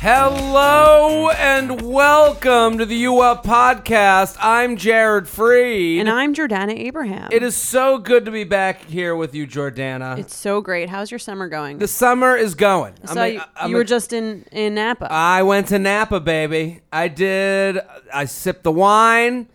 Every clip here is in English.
Hello and welcome to the U Up Podcast. I'm Jared Free. And I'm Jordana Abraham. It is so good to be back here with you, Jordana. It's so great. How's your summer going? the summer is going. I saw you, you were just in in Napa. I went to Napa, baby. I did. I sipped the wine.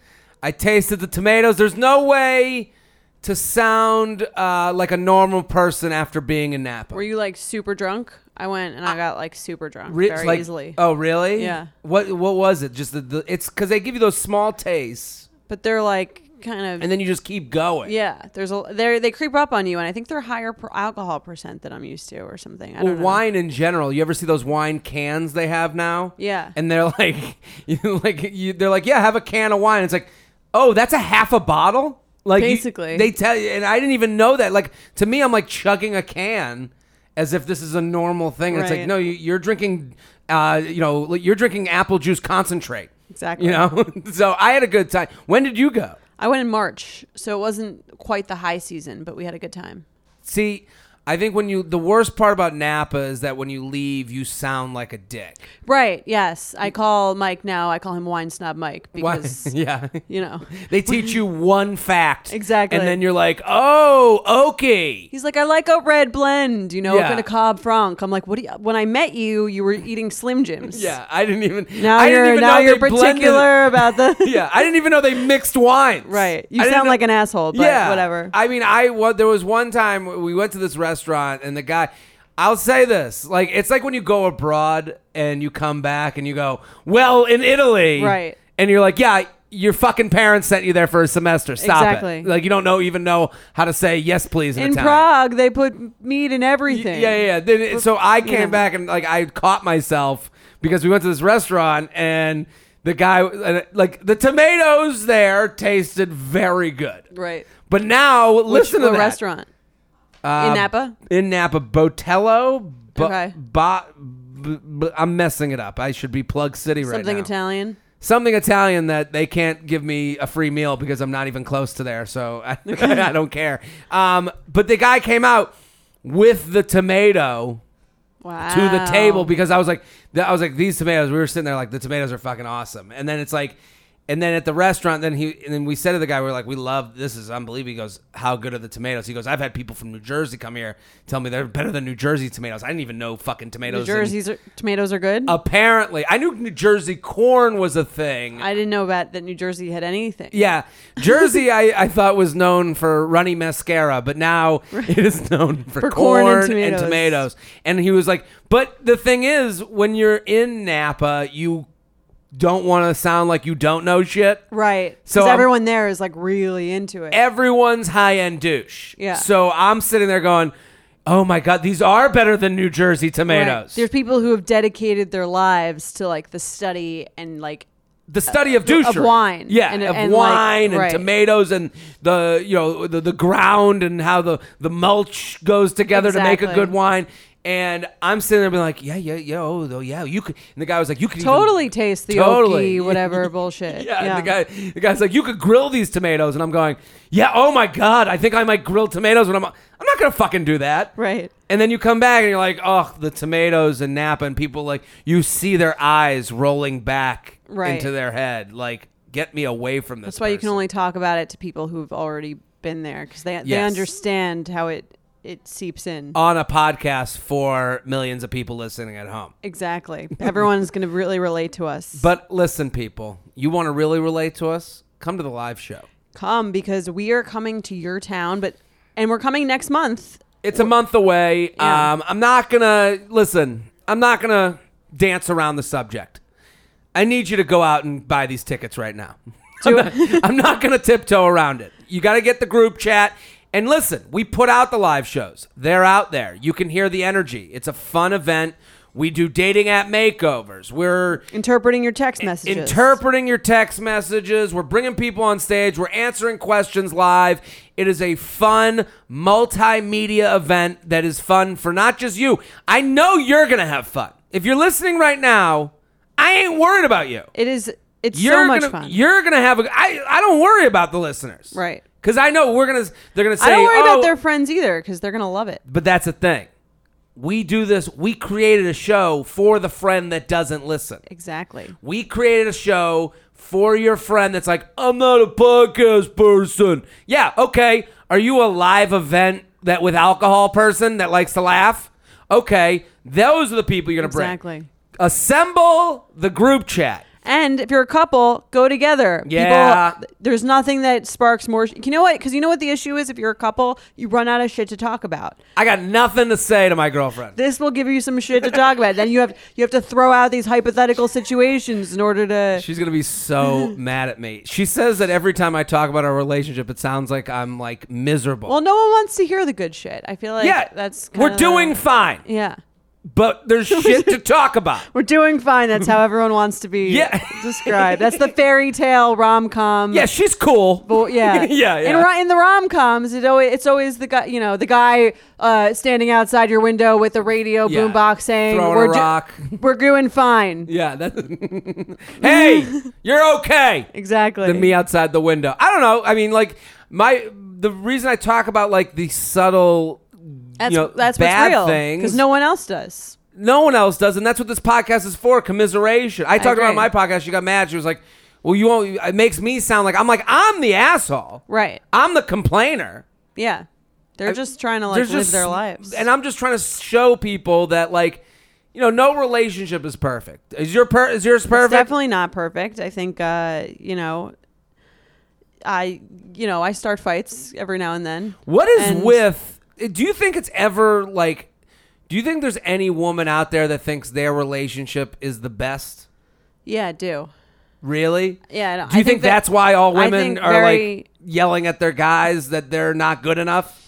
I tasted the tomatoes. There's no way to sound uh, like a normal person after being in Napa. were you like super drunk? I went and I got like super drunk Uh, Re- very like- easily. Oh, really? Yeah. What What was it? Just the, the it's because they give you those small tastes, But they're like kind of and then you just keep going. yeah. There's a they they creep up on you, and I think they're higher per alcohol percent than I'm used to or something. I Well, don't know. wine in general. You ever see those wine cans they have now? Yeah. And they're like, you know, like you, they're like, yeah, have a can of wine. It's like, oh, that's a half a bottle. Like you- Basically. they tell you, and I didn't even know that. Like to me, I'm like chugging a can as if this is a normal thing. And It's like Right. no, you, you're drinking, uh, you know, like, you're drinking apple juice concentrate. Exactly. You know, so I had a good time. When did you go? I went in March, so it wasn't quite the high season, but we had a good time. See, I think when you the worst part about Napa is that when you leave, you sound like a dick. Right? Yes. I call Mike now. I call him wine snob Mike Why- because yeah. you know They teach you one fact. Exactly. And then you're like, oh, okay. He's like, I like a red blend, you know, Yeah. kind of Cobb Franc. I'm like, what? Do you, when I met you, you were eating Slim Jims. Yeah, I didn't even. Now I didn't you're even now know you're they blended- particular about the. Yeah, I didn't even know they mixed wines. Right. You I didn't sound know- like an asshole, but whatever. I mean, I wa- there was one time we went to this restaurant and the guy. I'll say this, like it's like when you go abroad and you come back and you go, well, in Italy, Right. And you're like, yeah, your fucking parents sent you there for a semester. Stop Exactly. it. Like you don't know even know how to say yes, please in, in Italian. Prague, they put meat in everything. Yeah, yeah. yeah. Then it- so I came yeah. back and like I caught myself because we went to this restaurant and the guy and, like the tomatoes there tasted very good. Right. But now listen to the that. restaurant Um, in Napa. in Napa, Botello. Bo- Okay. Bo- b- b- I'm messing it up. I should be Plug City right Something now. Italian. Something Italian that they can't give me a free meal because I'm not even close to there, so I, I don't care. Um, but the guy came out with the tomato Wow. to the table because I was like, th- I was like, these tomatoes. We were sitting there like the tomatoes are fucking awesome. And then it's like, and then at the restaurant, then he and then we said to the guy, we are like, we love this is unbelievable. He goes, how good are the tomatoes? He goes, I've had people from New Jersey come here tell me they're better than New Jersey tomatoes. I didn't even know fucking tomatoes. New in- Jersey's are, tomatoes are good. apparently, I knew New Jersey corn was a thing. I didn't know about that New Jersey had anything. yeah, Jersey I, I thought was known for runny mascara, but now it is known for, For corn, corn and and, tomatoes. and tomatoes. he was like, "But the thing is, when you're in Napa, you don't want to sound like you don't know shit. Right. So, So um, everyone there is like really into it. Everyone's high end douche. Yeah. So I'm sitting there going." Oh my God! These are better than New Jersey Right. tomatoes. There's people who have dedicated their lives to like the study and like the study of douchery, Uh, wine. yeah, And- of and, like, wine and right. tomatoes and the you know the, the ground and how the the mulch goes together to make a Exactly. good wine. And I'm sitting there being like, yeah, yeah, yeah, oh, though, yeah, you could. And the guy was like, you could even- totally taste the Totally. oaky whatever bullshit. yeah, And the guy, the guy's like, you could grill these tomatoes, and I'm going, yeah, oh my god, I think I might grill tomatoes when I'm. I'm not gonna fucking do that. Right. And then you come back and you're like, oh, the tomatoes and Napa and people like you see their eyes rolling back Right. into their head. Like, get me away from this. That's why you can person. only talk about it to people who've already been there because they they Yes. Uh, understand how it it seeps in. on a podcast for millions of people listening at home. exactly. Everyone's going to really relate to us. But listen, people, you want to really relate to us? Come to the live show. Come because we are coming to your town, but and we're coming next month. It's a month away. Yeah. Um, I'm not gonna listen. I'm not gonna dance around the subject. I need you to go out and buy these tickets right now. I'm not, I'm not gonna tiptoe around it. You got to get the group chat. And listen, we put out the live shows. They're out there. You can hear the energy. It's a fun event. We do dating app makeovers. We're Interpreting your text messages. interpreting your text messages. We're bringing people on stage. We're answering questions live. It is a fun multimedia event that is fun for not just you. I know you're going to have fun. If you're listening right now, I ain't worried about you. It is. It's You're so much gonna, fun. You're going to have a I I don't worry about the listeners. Right. Cuz I know we're going to they're going to say I don't worry "Oh, about their friends either because they're gonna love it. but that's the thing. We do this. We created a show for the friend that doesn't listen. Exactly. We created a show for your friend that's like, I'm not a podcast person. Yeah, okay. Are you a live event that with alcohol person that likes to laugh? Okay, those are the people you're gonna Exactly. bring. Assemble the group chat. And if you're a couple, go together. Yeah. People, there's nothing that sparks more. You know what? Because you know what the issue is. If you're a couple, you run out of shit to talk about. I got nothing to say to my girlfriend. This will give you some shit to talk about. Then you have you have to throw out these hypothetical situations in order to. She's gonna be so mad at me. She says that every time I talk about our relationship, it sounds like I'm like miserable. well, no one wants to hear the good shit. I feel like yeah, that's we're kinda- doing fine, Yeah, but there's shit to talk about. we're doing fine. That's how everyone wants to be Yeah. described. That's the fairy tale rom com. Yeah, she's cool. But yeah, yeah, yeah. In, ro- in the rom coms, it always it's always the guy, you know, the guy uh, standing outside your window with the radio Yeah. boombox saying, Throwing a "We're do- rock." we're doing fine." yeah, that's. hey, you're okay. Exactly. Than me outside the window. I don't know. I mean, like my the reason I talk about like the subtle, that's you know, that's bad what's real things. because no one else does. no one else does, and that's what this podcast is for: commiseration. I talked about my agree. podcast. She got mad. She was like, "Well, you won't." It makes me sound like I'm like I'm the asshole. Right. I'm the complainer. Yeah. They're just trying to like There's live just- their lives. And I'm just trying to show people that like, you know, no relationship is perfect. Is your per- is yours It's perfect? definitely not perfect. I think uh, you know I you know, I start fights every now and then. What is And- with? Do you think it's ever like? Do you think there's any woman out there that thinks their relationship is the best? Yeah, I do. Really? Yeah, I don't- Do you I think, think that- that's why all I women think are like very- yelling at their guys that they're not good enough?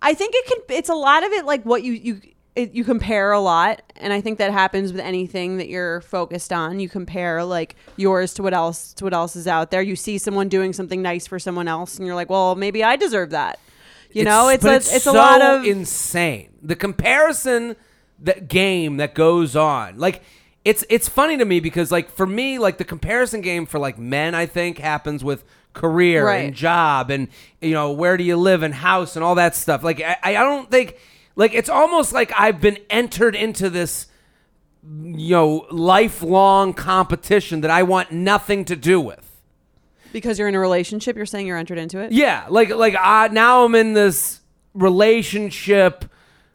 I think it can it's a lot of it like what you you it, you compare a lot and I think that happens with anything that you're focused on. You compare like yours to what else to what else is out there. You see someone doing something nice for someone else and you're like, "Well, maybe I deserve that." You know, it's but a, it's, a lot so of insane. The comparison that game that goes on, like. It's, it's funny to me because like for me like the comparison game for like men I think happens with career and Right. job and you know where do you live and house and all that stuff like I, I don't think like it's almost like I've been entered into this you know lifelong competition that I want nothing to do with because you're in a relationship, you're saying you're entered into it. yeah, like like I now I'm in this relationship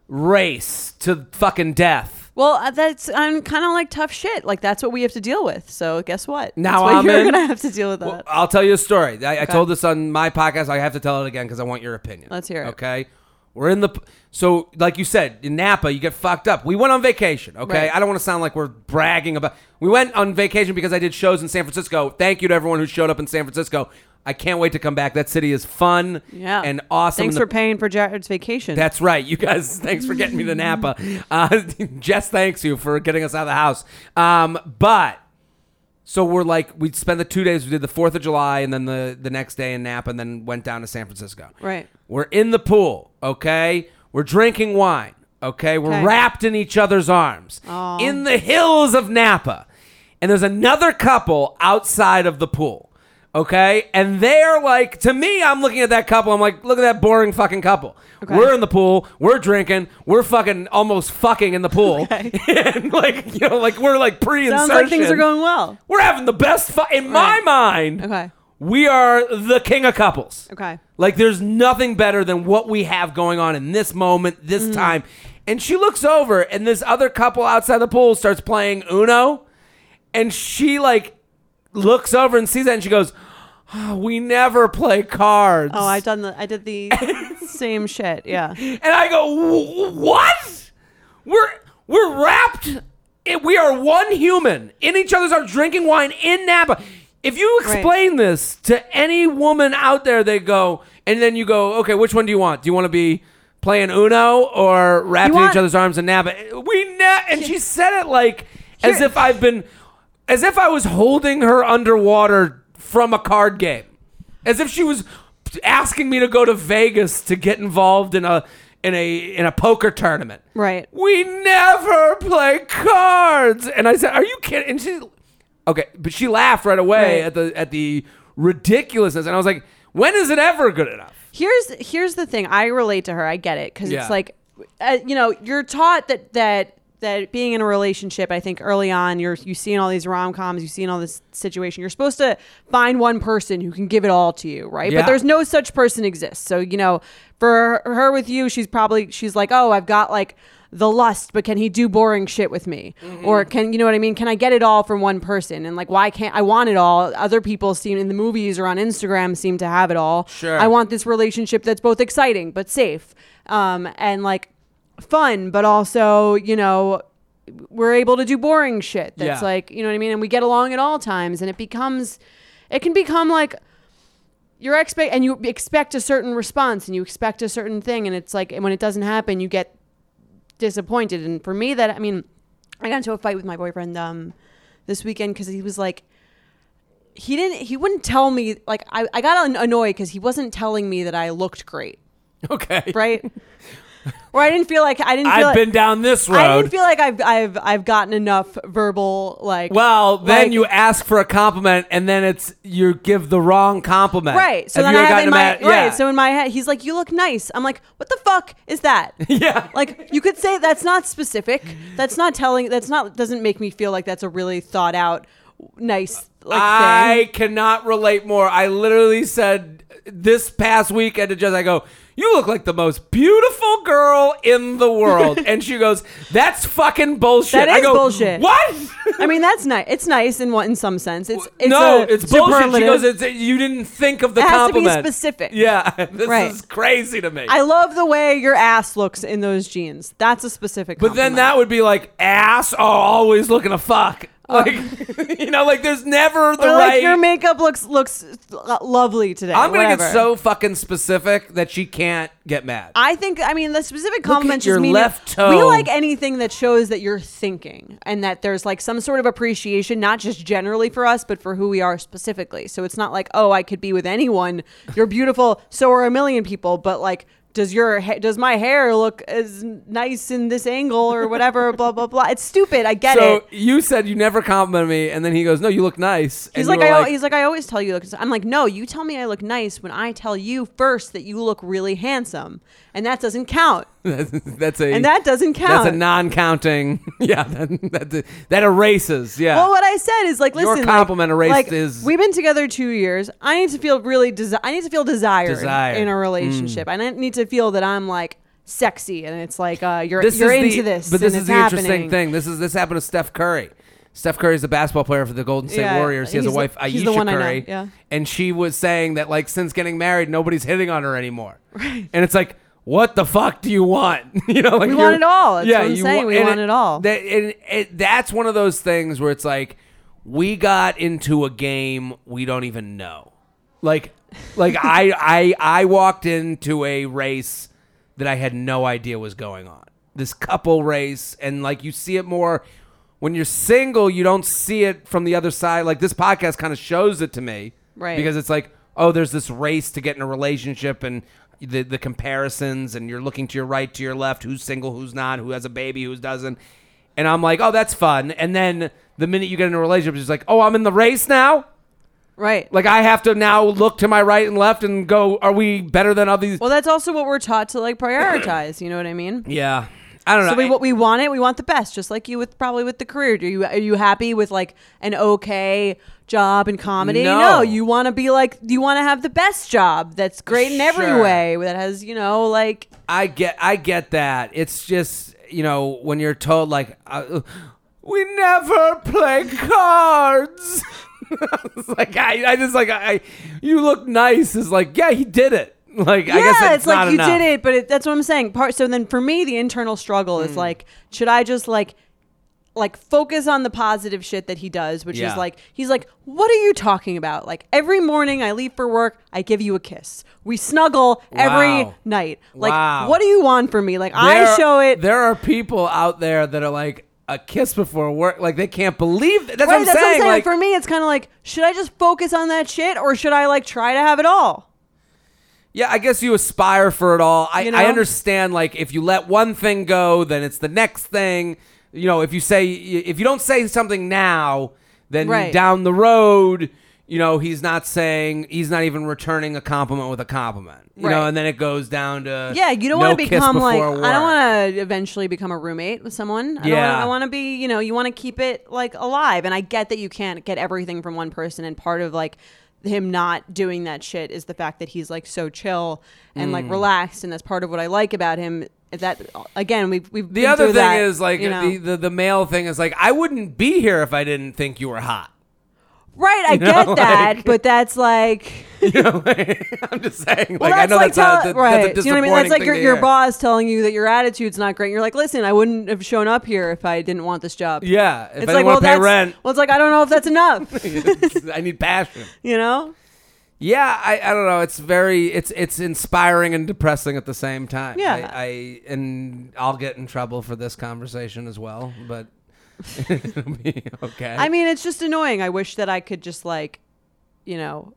race to fucking death. Well, uh, that's I'm kind of like tough shit. Like that's what we have to deal with. So guess what? Now that's what I'm you're in. gonna have to deal with that. Well, I'll tell you a story. I, I told this on my podcast. I have to tell it again because I want your opinion. Let's hear it. Okay, we're in the p- so like you said in Napa, you get fucked up. We went on vacation. Okay, Right. I don't want to sound like we're bragging about. We went on vacation because I did shows in San Francisco. Thank you to everyone who showed up in San Francisco. I can't wait to come back. That city is fun yeah, and awesome. Thanks and the for paying for Jared's vacation. That's right. You guys, thanks for getting me to Napa. Uh, Jess thanks you for getting us out of the house. Um, but so we're like, we spent the two days. We did the 4th of July and then the, the next day in Napa and then went down to San Francisco. Right. We're in the pool, okay? We're drinking wine, okay? We're Okay. wrapped in each other's arms in the hills of Napa. And there's another couple outside of the pool, okay? And they're like, to me, I'm looking at that couple. I'm like, look at that boring fucking couple. Okay. We're in the pool. We're drinking. We're fucking almost fucking in the pool. and like, you know, like we're like pre Sounds like things are going well. We're having the best fu- in my Right. mind. Okay. We are the king of couples. Okay. Like there's nothing better than what we have going on in this moment, this Mm-hmm. time. And she looks over and this other couple outside the pool starts playing Uno and she like looks over and sees that and she goes, "Oh, "We never play cards." Oh, I done the I did the same shit. Yeah. And I go, "Wh- "What? We're we're wrapped. It, we are one human in each other's arms, drinking wine in Napa. If you explain this to any woman out there, they go, and then you go, okay, which one do you want? Do you want to be playing Uno or wrapped in each want- other's arms and nabbing? We na and she said it like as if I've been, as if I was holding her underwater from a card game, as if she was asking me to go to Vegas to get involved in a in a in a poker tournament. Right. We never play cards. And I said, "Are you kidding?" And she, okay, but she laughed right away Right. at the at the ridiculousness. And I was like, "When is it ever good enough?" here's here's the thing i relate to her i get it because Yeah. it's like uh, you know you're taught that that that being in a relationship i think early on you're you see in all these rom-coms you see in all this situation you're supposed to find one person who can give it all to you right Yeah. but there's no such person exists so you know for her with you she's probably she's like oh i've got like the lust but can he do boring shit with me Mm-hmm. or can you know what i mean can i get it all from one person and like why can't i want it all other people seem in the movies or on instagram seem to have it all Sure. I want this relationship that's both exciting but safe, um, and like fun, but also you know we're able to do boring shit. That's Yeah. like you know what I mean, and we get along at all times, and it becomes, it can become like your expect and you expect a certain response and you expect a certain thing, and it's like and when it doesn't happen, you get disappointed. And for me, that I mean, I got into a fight with my boyfriend um, this weekend because he was like he didn't he wouldn't tell me like i, I got an- annoyed because he wasn't telling me that i looked great Okay, right or i didn't feel like i didn't feel I've like, been down this i didn't road. feel like i've i've i've gotten enough verbal like Well, then like- you ask for a compliment, and then it's you give the wrong compliment. right so Have then you i ever have in my gotten a ma- right so in my head he's like you look nice i'm like what the fuck is that yeah, like you could say that's not specific that's not telling that's not doesn't make me feel like that's a really thought out nice like I thing cannot relate more. I literally said this past weekend to Jess, I go, You look like the most beautiful girl in the world. and she goes, That's fucking bullshit. That I is go, bullshit. What? I mean that's nice. It's nice in one in some sense. It's, it's no, a it's bullshit. She superlative. goes, it's, You didn't think of the It has to be compliment. specific. Yeah. This Right. is crazy to me. I love the way your ass looks in those jeans. That's a specific. but then that would be like, Ass are always looking to fuck. Like, you know, like there's never the Or right. Uh, like your makeup looks looks lo- lovely today. I'm gonna get whatever. so fucking specific that she can't get mad. I think I mean the specific compliment your just mean left toe. we like anything that shows that you're thinking and that there's like some sort of appreciation, not just generally for us, but for who we are specifically. So it's not like oh, I could be with anyone. You're beautiful, so are a million people. But like, does your ha- does my hair look as nice in this angle or whatever? blah blah blah. It's stupid. I get so it. you said you never complimented me, and then he goes, "No, you look nice." And He's you like, were I, al- he's like, I always tell you. Look, I'm like, no, you tell me I look nice when I tell you first that you look really handsome, and that doesn't count. that's a And that doesn't count. that's a non-counting. yeah, that, that that erases. Yeah, well, what I said is like, Your listen, compliment like, erased like, is- We've been together two years. I need to feel really. Desi- I need to feel desired, Desired. in a relationship. I need to feel that I'm like sexy, and it's like uh, you're this you're is into the, this. But this and is it's the happening. interesting thing. This is this happened to Steph Curry. Steph Curry is a basketball player for the Golden State Yeah, Warriors. He has a he's the- wife, he's the Aisha one I know, Curry, yeah. and she was saying that like since getting married, nobody's hitting on her anymore. Right. And it's like, what the fuck do you want? you know, like We want you're- it all. That's yeah, what I'm you saying. wa- We and want it all. That, and it, that's one of those things where it's like, we got into a game we don't even know. Like, like I, I, I walked into a race that I had no idea was going on. This couple race, and like you see it more when you're single, you don't see it from the other side. Like this podcast kind of shows it to me, Right. Because it's like, oh, there's this race to get in a relationship, and the the comparisons, and you're looking to your right, to your left, who's single, who's not, who has a baby, who doesn't. And I'm like, oh, that's fun. And then the minute you get in a relationship, it's like, oh, I'm in the race now. right? Like I have to now look to my right and left and go, are we better than all these? well, that's also what we're taught to like prioritize. You know what I mean? yeah, I don't know. So we, what we want it, we want the best, just like you with probably with the career. Do you are you happy with like an okay job in comedy? No. you want to be like you want to have the best job that's great in every Sure. way that has you know like I get, I get that. It's just you know when you're told like, uh, we never play cards. It's like I, I just like I, you look nice. Is like yeah, he did it. Like I guess yeah, that's it's like not you enough. did Hmm. it, but it, that's what I'm saying. Part so then for me the internal struggle is like should I just like like focus on the positive shit that he does, which Yeah. is like he's like, "What are you talking about? Like every morning I leave for work, I give you a kiss. We snuggle every Wow. night. Like Wow. what do you want from me? Like I There- show it. There are people out there that are like a kiss before work. Like they can't believe that. That's right, what I'm that's saying. what I'm saying. Like, for me, it's kind of like, should I just focus on that shit or should I like try to have it all? yeah, I guess you aspire for it all. I, You know? I understand. Like if you let one thing go, then it's the next thing. You know, if you say if you don't say something now, then Right. down the road. You know, he's not saying he's not even returning a compliment with a compliment. You know, Right. and then it goes down to Yeah, you don't no want to kiss become like before I don't work. want to eventually become a roommate with someone. I Yeah. don't wanna, I want to be, you know, you want to keep it like alive. And I get that you can't get everything from one person, and part of like him not doing that shit is the fact that he's like so chill and Mm. like relaxed, and that's part of what I like about him. That again, we've we've The been other through thing that, is like you know. the, the the male thing is like I wouldn't be here if I didn't think you were hot. right. I know, get that, like- but that's like. You know, I'm just saying. Well, like I know that's, like not tell- a, right. that's a You know what I mean? That's disappointing like thing your, to your hear. boss telling you that your attitude's not great. You're like, listen, I wouldn't have shown up here if I didn't want this job. Yeah, if I it's like, didn't well, want to pay that's rent, well, it's like I don't know if that's enough. I need passion. you know? Yeah, I, I don't know. It's very it's it's inspiring and depressing at the same time. Yeah. I, I and I'll get in trouble for this conversation as well, but it'll be okay. I mean, it's just annoying. I wish that I could just like, you know,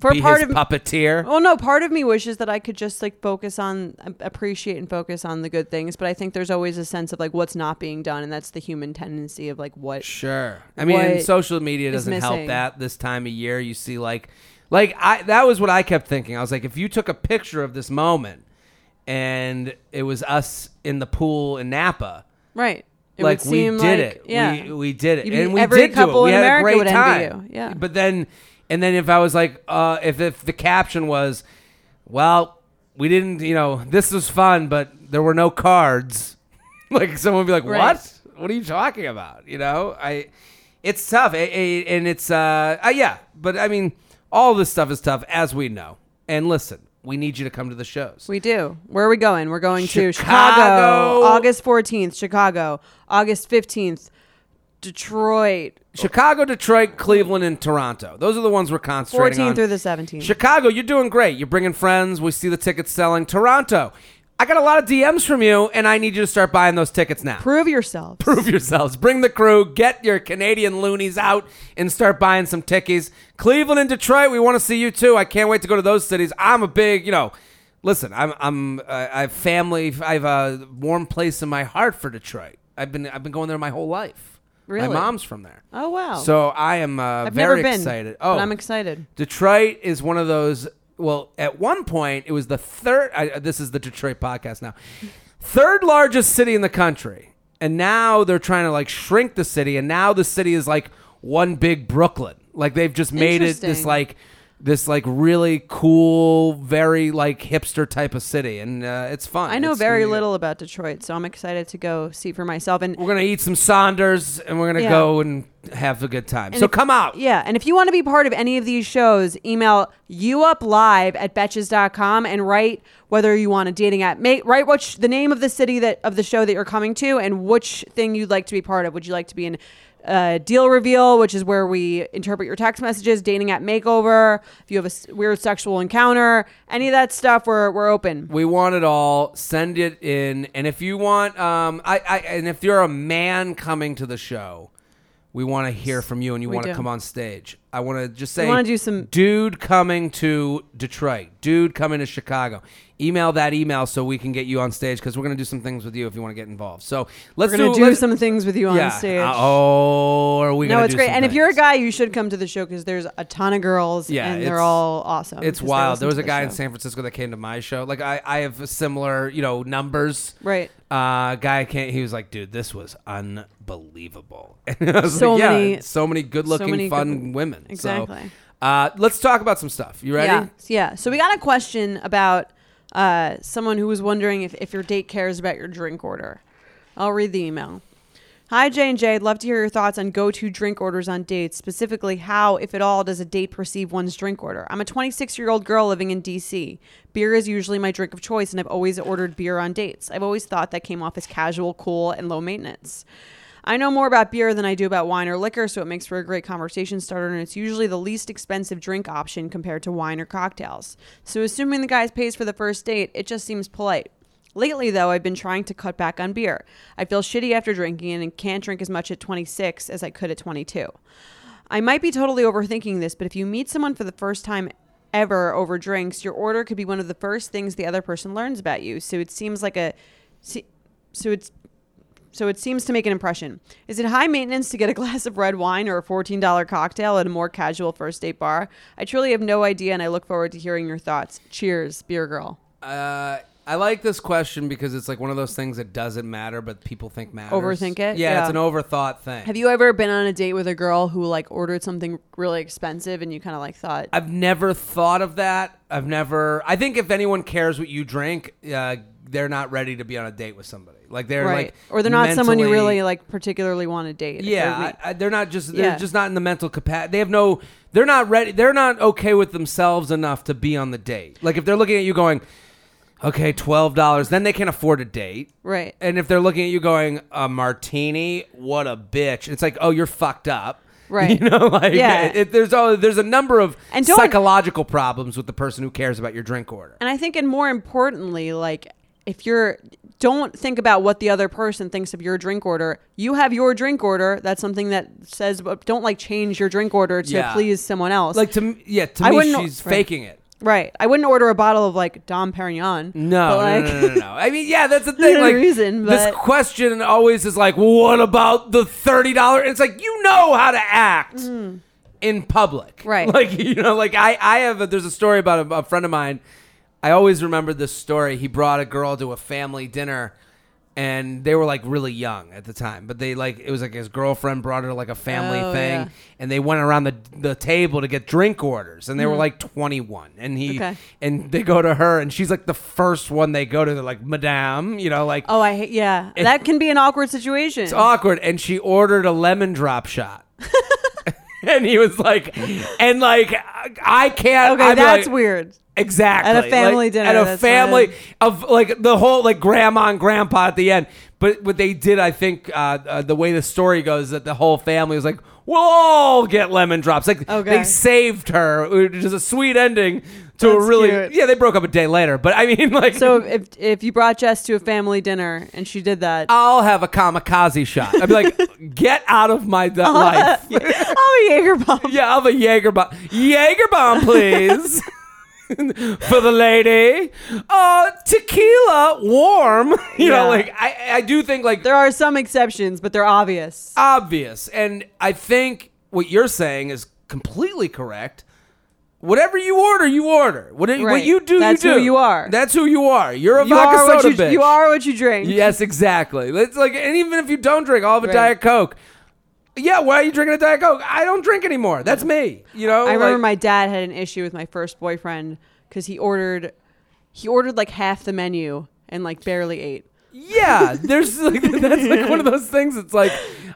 for be part his of Oh. puppeteer. well, no, part of me wishes that I could just like focus on a- appreciate and focus on the good things, but I think there's always a sense of like what's not being done, and that's the human tendency of like what Sure. I mean, and what social media is doesn't help missing. that this time of year. You see, like, like I that was what I kept thinking. I was like, if you took a picture of this moment, and it was us in the pool in Napa, right. It like would seem we did like, it. Yeah, We, we did it, You'd be- and we every did do couple it. We in had America a great would envy time. you. Yeah. But then, and then if I was like, uh, if if the caption was, well, we didn't, you know, this was fun, but there were no cards. like someone would be like, Right. what? What are you talking about? You know, I, it's tough, A- a- and it's uh, uh, yeah. But I mean, all this stuff is tough, as we know. And listen, we need you to come to the shows. We do. Where are we going? We're going Chicago. to Chicago, August 14th, Chicago, August 15th, Detroit, Chicago, Detroit, Cleveland, and Toronto. Those are the ones we're concentrating 14th on. through the 17th. Chicago, you're doing great. You're bringing friends. We see the tickets selling. Toronto, I got a lot of DMs from you, and I need you to start buying those tickets now. Prove yourself. Prove yourselves. Bring the crew. Get your Canadian loonies out and start buying some tickies. Cleveland and Detroit, we want to see you too. I can't wait to go to those cities. I'm a big, you know, listen. I'm, I'm, uh, I have family. I have a warm place in my heart for Detroit. I've been, I've been going there my whole life. Really? My mom's from there. Oh, wow. So I am uh, I've very never been. excited. Oh, Oh, but I'm excited. Detroit is one of those. Well, at one point, it was the third. I, uh, this is the Detroit podcast now. Third largest city in the country, and now they're trying to like shrink the city, and now the city is like one big Brooklyn. Like they've just made it this Interesting. like this like really cool, very like hipster type of city, and uh, it's fun. I know It's very gonna be- little about Detroit, so I'm excited to go see for myself. And We're gonna eat some Saunders, and we're gonna Yeah. go and have a good time. so if- come out. yeah, and if you want to be part of any of these shows, email youuplive at betches.com and write whether you want a dating app. Make, write what sh- the name of the city that of the show that you're coming to and which thing you'd like to be part of. Would you like to be in uh, deal reveal, which is where we interpret your text messages, dating app makeover, if you have a s- weird sexual encounter, any of that stuff, we're, we're open. We want it all. Send it in. And if you want, um, I, I, and if you're a man coming to the show, we want to hear from you, and you We want to do. come on stage. I want to just say, wanna do some- dude coming to Detroit, dude coming to Chicago. Email that email so we can get you on stage because we're gonna do some things with you if you want to get involved. So let's We're going to do, do let's- some things with you on yeah. stage. Uh, oh, are we? No, gonna it's do great. some And if you're a things? guy, you should come to the show because there's a ton of girls Yeah, and it's- they're all Um, awesome. It's 'cause they wild. listen There was to a the guy in show. San Francisco that came to my show. Like I, I have similar, you know, numbers. Right. Uh, guy came. He was like, "Dude, this was unbelievable." And I was So like, yeah, many- so many good-looking, so many fun good- women. So, Exactly. uh, let's talk about some stuff. You ready? Yeah. Yeah. So we got a question about uh, someone who was wondering if, if your date cares about your drink order. I'll read the email. Hi, J and J. I'd love to hear your thoughts on go-to drink orders on dates. Specifically, how, if at all, does a date perceive one's drink order? I'm a 26-year-old girl living in D.C. Beer is usually my drink of choice, and I've always ordered beer on dates. I've always thought that came off as casual, cool, and low maintenance. I know more about beer than I do about wine or liquor, so it makes for a great conversation starter, and it's usually the least expensive drink option compared to wine or cocktails. So, assuming the guy pays for the first date, it just seems polite. Lately, though, I've been trying to cut back on beer. I feel shitty after drinking it and can't drink as much at 26 as I could at 22. I might be totally overthinking this, but if you meet someone for the first time ever over drinks, your order could be one of the first things the other person learns about you. So it seems like a. se- So it's so it seems to make an impression. Is it high maintenance to get a glass of red wine or a $14 cocktail at a more casual first date bar? I truly have no idea and I look forward to hearing your thoughts. Cheers, beer girl. Uh, I like this question because it's like one of those things that doesn't matter, but people think matters. Overthink it? Yeah, Yeah. it's an overthought thing. Have you ever been on a date with a girl who like ordered something really expensive and you kind of like thought I've never thought of that. I've never. I think if anyone cares what you drink, uh, they're not ready to be on a date with somebody. Like they're right like, or they're not someone you mentally- really like particularly want to date? Yeah, I, I, they're not just. They're Yeah. just not in the mental capacity. They have no. They're not ready. They're not okay with themselves enough to be on the date. Like if they're looking at you going, okay, twelve dollars, then they can afford a date. Right. And if they're looking at you going, a martini, what a bitch. It's like, oh, you're fucked up. Right. You know, like Yeah. it, it- there's all there's a number of And don't- psychological problems with the person who cares about your drink order. And I think, and more importantly, like if you're don't think about what the other person thinks of your drink order. You have your drink order. That's something that says but don't like change your drink order to Yeah. please someone else. Like to m- yeah, to I me wouldn't- she's right. faking it. right? I wouldn't order a bottle of like Dom Perignon. No, but, like, no, no, no, no, no. I mean, yeah, that's the thing. No Like, reason, this but- question always is like, what about the thirty dollar? It's like you know how to act in public, Mm. Right. Like you know, like I, I have. A, there's a story about a, a friend of mine. I always remember this story. He brought a girl to a family dinner. And they were like really young at the time, but they like it was like his girlfriend brought her to like a family Oh, thing, yeah. and they went around the the table to get drink orders, and they were like twenty one, and he Mm. Okay. and they go to her, and she's like the first one they go to. They're like, "Madame," you know, like oh, I hate. Yeah, It- that can be an awkward situation. it's awkward. And she ordered a lemon drop shot, and he was like, "And like, I- I can't." okay, I'd be that's like- weird. Exactly. At a family Like, dinner, At a that's family fine. of like the whole like grandma and grandpa at the end. But what they did, I think, uh, uh, the way the story goes, is that the whole family was like, "We'll all get lemon drops." Like Okay. they saved her, which is a sweet ending to a That's really. cute. Yeah, they broke up a day later, but I mean, like, So if if you brought Jess to a family dinner and she did that, I'll have a kamikaze shot. I'd be like, "Get out of my d- life." oh, Jaeger bomb. Yeah, I'll have a Jaeger bomb. Jaeger bomb, please. For the lady, uh, tequila warm. You Yeah. know, like I, I do think like There are some exceptions, but they're obvious. obvious. And I think what you're saying is completely correct. Whatever you order, you order. What, Right. what you do, That's you who do. you are. That's who you are. You're a You vodka are, what soda you, bitch. you are what you drink. Yes, exactly. It's like, and even if you don't drink, I'll have a Right. Diet Coke. Yeah, why are you drinking a Diet Coke? I don't drink anymore. That's me. You know, Oh, I remember like- my dad had an issue with my first boyfriend because he ordered, he ordered like half the menu and like barely ate. Yeah, there's like that's like one of those things. It's like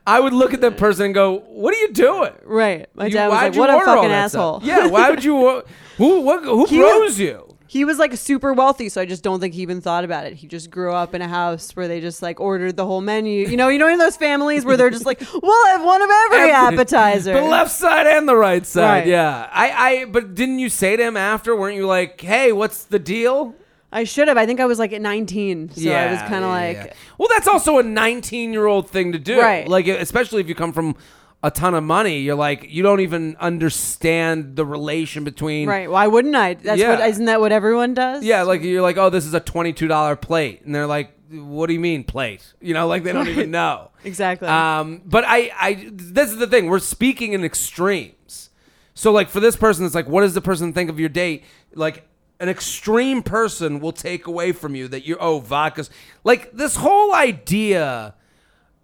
I would look at that person and go, "What are you doing? Right. My You- dad was why'd like, you "What a order all fucking that stuff?" asshole." Yeah, why would you? wa- Who what, who He froze was- you? He was like super wealthy, so I just don't think he even thought about it. He just grew up in a house where they just like ordered the whole menu. You know, you know, in those families where they're just like, "We'll have one of every appetizer." The left side and the right side. Right. Yeah, I I but didn't you say to him after? Weren't you like, "Hey, what's the deal?" I should have. I think I was like at 19, so I was kind yeah, of like, yeah. well, that's also a 19 year old thing to do, Right. Like, especially if you come from a ton of money, you're like, you don't even understand the relation between, right? Why wouldn't I? That's Yeah. what isn't that what everyone does? Yeah, like you're like, oh, this is a twenty-two dollar plate, and they're like, what do you mean plate? You know, like they don't even know exactly. Um, but I, I, this is the thing. We're speaking in extremes. So like for this person, it's like, what does the person think of your date? Like an extreme person will take away from you that you're oh vodka's like this whole idea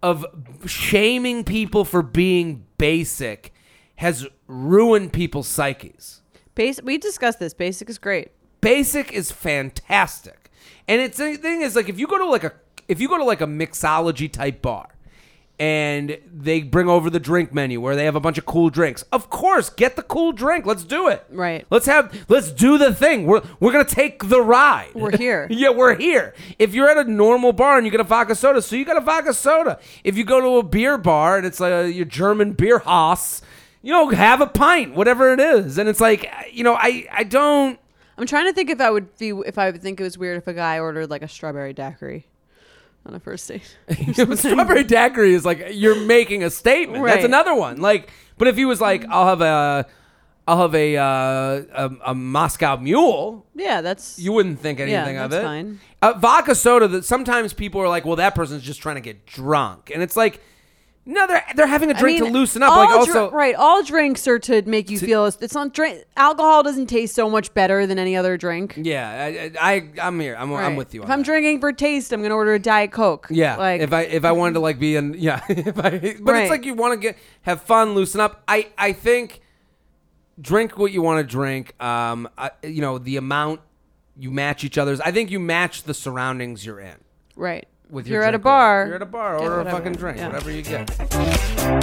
of shaming people for being basic has ruined people's psyches. Bas we discussed this. Basic is great. Basic is fantastic, and it's the thing is like if you go to like a if you go to like a mixology type bar, and they bring over the drink menu where they have a bunch of cool drinks. Of course, get the cool drink. Let's do it. Right. Let's have let's do the thing. We're we're gonna take the ride. We're here. yeah, we're here. If you're at a normal bar and you get a vodka soda, so you got a vodka soda. If you go to a beer bar and it's like a, your German beer hoss, you know, have a pint, whatever it is. And it's like, you know, I I don't. I'm trying to think if I would be if I would think it was weird if a guy ordered like a strawberry daiquiri on a first date. strawberry daiquiri is like you're making a statement. That's Right. another one. Like, but if he was like, I'll have a, I'll have a uh, a, a Moscow Mule, yeah, that's you wouldn't think anything of it. that's fine. Uh, vodka soda. That sometimes people are like, well, that person's just trying to get drunk, and it's like, no, they're they're having a drink to loosen up. all Like dr- also, right. All drinks are to make you feel. It's not drink. Alcohol doesn't taste so much better than any other drink. yeah, I, I I'm here. I'm, I'm Right. with you. On If I'm that. drinking for taste, I'm gonna order a diet coke. Yeah. like if I if I wanted to like be in yeah, if I but it's Right. like you want to get have fun, loosen up. I I think drink what you want to drink. Um, I, you know the amount you match each other's. I think you match the surroundings you're in. right. With if your you're at a drink order. bar, You're at a bar. get Order a whatever. fucking drink. Yeah. Whatever you get.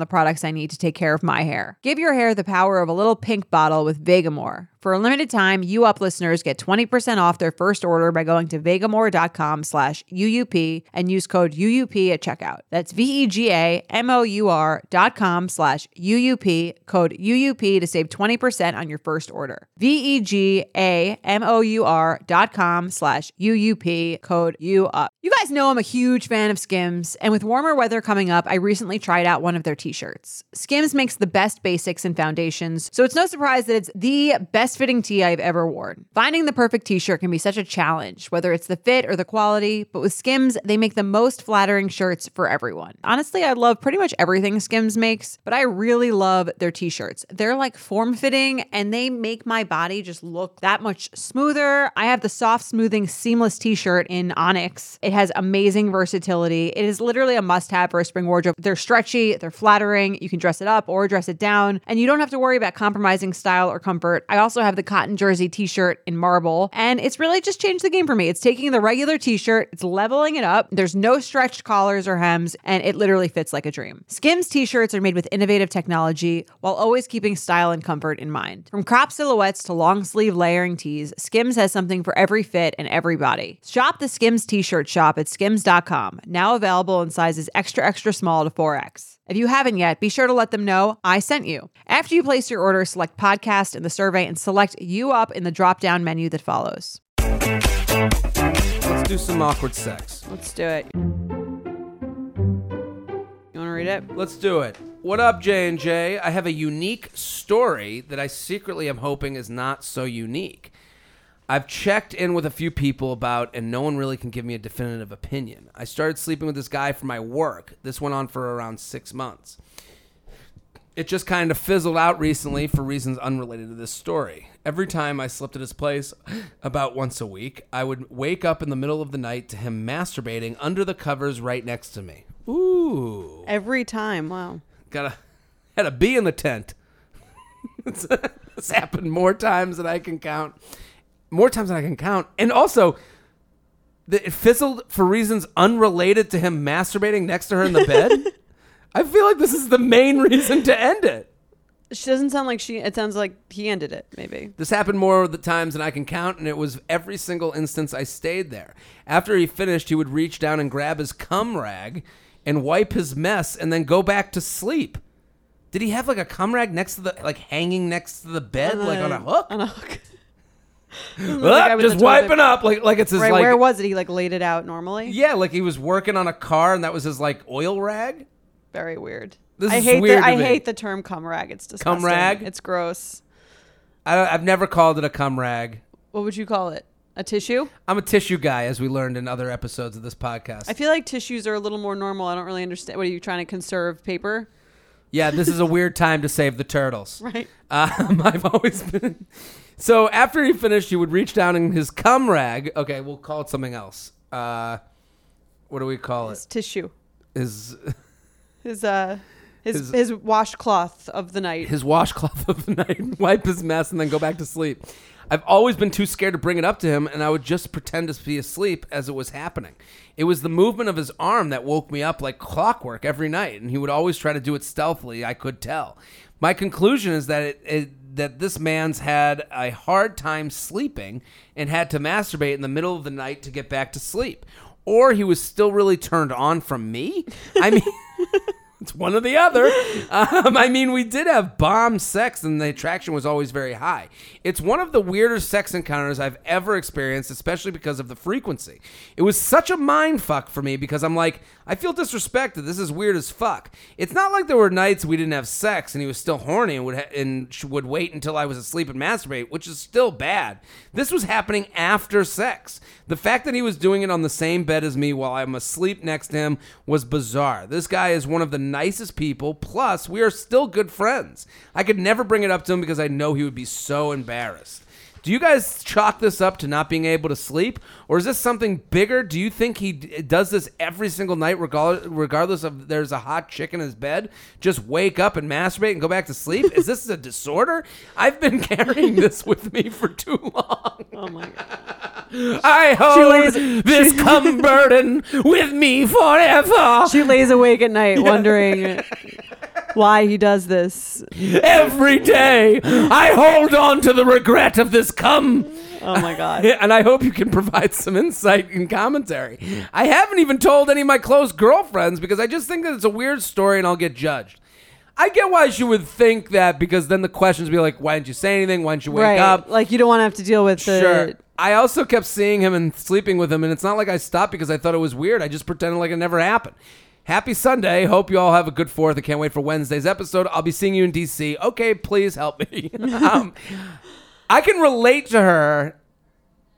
the products I need to take care of my hair. Give your hair the power of a little pink bottle with Vegamore. For a limited time, you up listeners get 20% off their first order by going to vegamore.com slash UUP and use code UUP at checkout. That's E V-E-G-A-M-O-U-R dot com slash UUP, code UUP to save 20% on your first order. E V-E-G-A-M-O-U-R dot com slash UUP, code UUP. You guys know I'm a huge fan of Skims, and with warmer weather coming up, I recently tried out one of their t-shirts. Skims makes the best basics and foundations, so it's no surprise that it's the best fitting tee I've ever worn. Finding the perfect t-shirt can be such a challenge, whether it's the fit or the quality, but with Skims, they make the most flattering shirts for everyone. Honestly, I love pretty much everything Skims makes, but I really love their t-shirts. They're like form-fitting and they make my body just look that much smoother. I have the soft smoothing seamless t-shirt in Onyx. It has amazing versatility. It is literally a must-have for a spring wardrobe. They're stretchy, they're flattering. You can dress it up or dress it down, and you don't have to worry about compromising style or comfort. I also have the cotton jersey t-shirt in marble, and it's really just changed the game for me. It's taking the regular t-shirt, it's leveling it up. There's no stretched collars or hems, and it literally fits like a dream. Skims t-shirts are made with innovative technology while always keeping style and comfort in mind. From crop silhouettes to long sleeve layering tees, Skims has something for every fit and every body. Shop the Skims t-shirt shop at skims.com, now available in sizes extra extra small to 4X. If you haven't yet, be sure to let them know I sent you. After you place your order, select podcast in the survey and select you up in the drop-down menu that follows. Let's do some awkward sex. Let's do it. You want to read it? Let's do it. What up, J and J? I have a unique story that I secretly am hoping is not so unique. I've checked in with a few people about, and no one really can give me a definitive opinion. I started sleeping with this guy for my work. This went on for around six months. It just kind of fizzled out recently for reasons unrelated to this story. Every time I slept at his place, about once a week, I would wake up in the middle of the night to him masturbating under the covers right next to me. Ooh Every time. Wow. got a had a bee in the tent. it's, it's happened more times than I can count, more times than I can count, and also the, it fizzled for reasons unrelated to him masturbating next to her in the bed. I feel like this is the main reason to end it. She doesn't sound like she. It sounds like he ended it. Maybe. This happened more of the times than I can count, and it was every single instance I stayed there. After he finished, he would reach down and grab his cum rag and wipe his mess and then go back to sleep. Did he have like a cum rag next to the like hanging next to the bed like on a hook? Uh, On a hook. Ah, guy with just the toilet- wiping up like like it's his Right, like where was it? He like laid it out normally. yeah like he was working on a car and that was his like oil rag. Very weird. This I is hate weird the, to I me. hate the term cum rag. It's disgusting. rag? It's gross. I, I've never called it a cum rag. What would you call it? A tissue? I'm a tissue guy, as we learned in other episodes of this podcast. I feel like tissues are a little more normal. I don't really understand. What are you trying to conserve paper? yeah, this is a weird time to save the turtles. Right. Um, I've always been. So after he finished, he would reach down in his cum rag. Okay, we'll call it something else. Uh, what do we call His it? tissue. His His uh his His- his, washcloth of the night. his washcloth of the night, wipe his mess, and then go back to sleep. I've always been too scared to bring it up to him, and I would just pretend to be asleep as it was happening. It was the movement of his arm that woke me up like clockwork every night, and he would always try to do it stealthily. I could tell. My conclusion is that it, it that this man's had a hard time sleeping and had to masturbate in the middle of the night to get back to sleep, or he was still really turned on from me. I mean. It's one or the other. Um, I mean, we did have bomb sex, and the attraction was always very high. It's one of the weirder sex encounters I've ever experienced, especially because of the frequency. It was such a mind fuck for me because I'm like, I feel disrespected. This is weird as fuck. It's not like there were nights we didn't have sex and he was still horny and would ha- and sh- would wait until I was asleep and masturbate, which is still bad. This was happening after sex. The fact that he was doing it on the same bed as me while I'm asleep next to him was bizarre. This guy is one of the nicest people. Plus, we are still good friends. I could never bring it up to him because I know he would be so embarrassed. Do you guys chalk this up to not being able to sleep, or is this something bigger? Do you think he d- does this every single night, regal- regardless of there's a hot chick in his bed? Just wake up and masturbate and go back to sleep? is this a disorder? I've been carrying this with me for too long. oh my god. I hold lays- this cum burden with me forever. She lays awake at night wondering why he does this. Every day, I hold on to the regret of this cum. Oh my god. Yeah, and I hope you can provide some insight and commentary. I haven't even told any of my close girlfriends because I just think that it's a weird story and I'll get judged. I get why she would think that because then the questions would be like, why didn't you say anything? Why didn't you wake right. up? Like you don't want to have to deal with the Sure. I also kept seeing him and sleeping with him, and it's not like I stopped because I thought it was weird. I just pretended like it never happened. Happy Sunday. Hope you all have a good fourth. I can't wait for Wednesday's episode. I'll be seeing you in DC. Okay, please help me. um, I can relate to her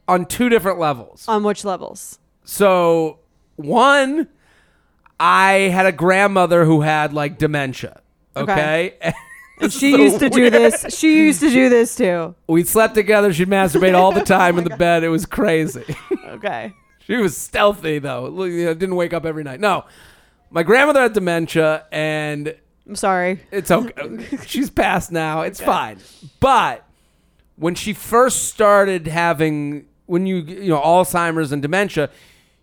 on two different levels. on which levels. So, one, I had a grandmother who had like dementia. Okay. Okay. And she so used to do weird. this. She used to do this too. we slept together. She'd masturbate all the time in the bed. It was crazy. Okay. She was stealthy though. Look, you know, Didn't wake up every night. No, my grandmother had dementia, and I'm sorry. it's okay. She's passed now. It's fine. But when she first started having, when you you know Alzheimer's and dementia,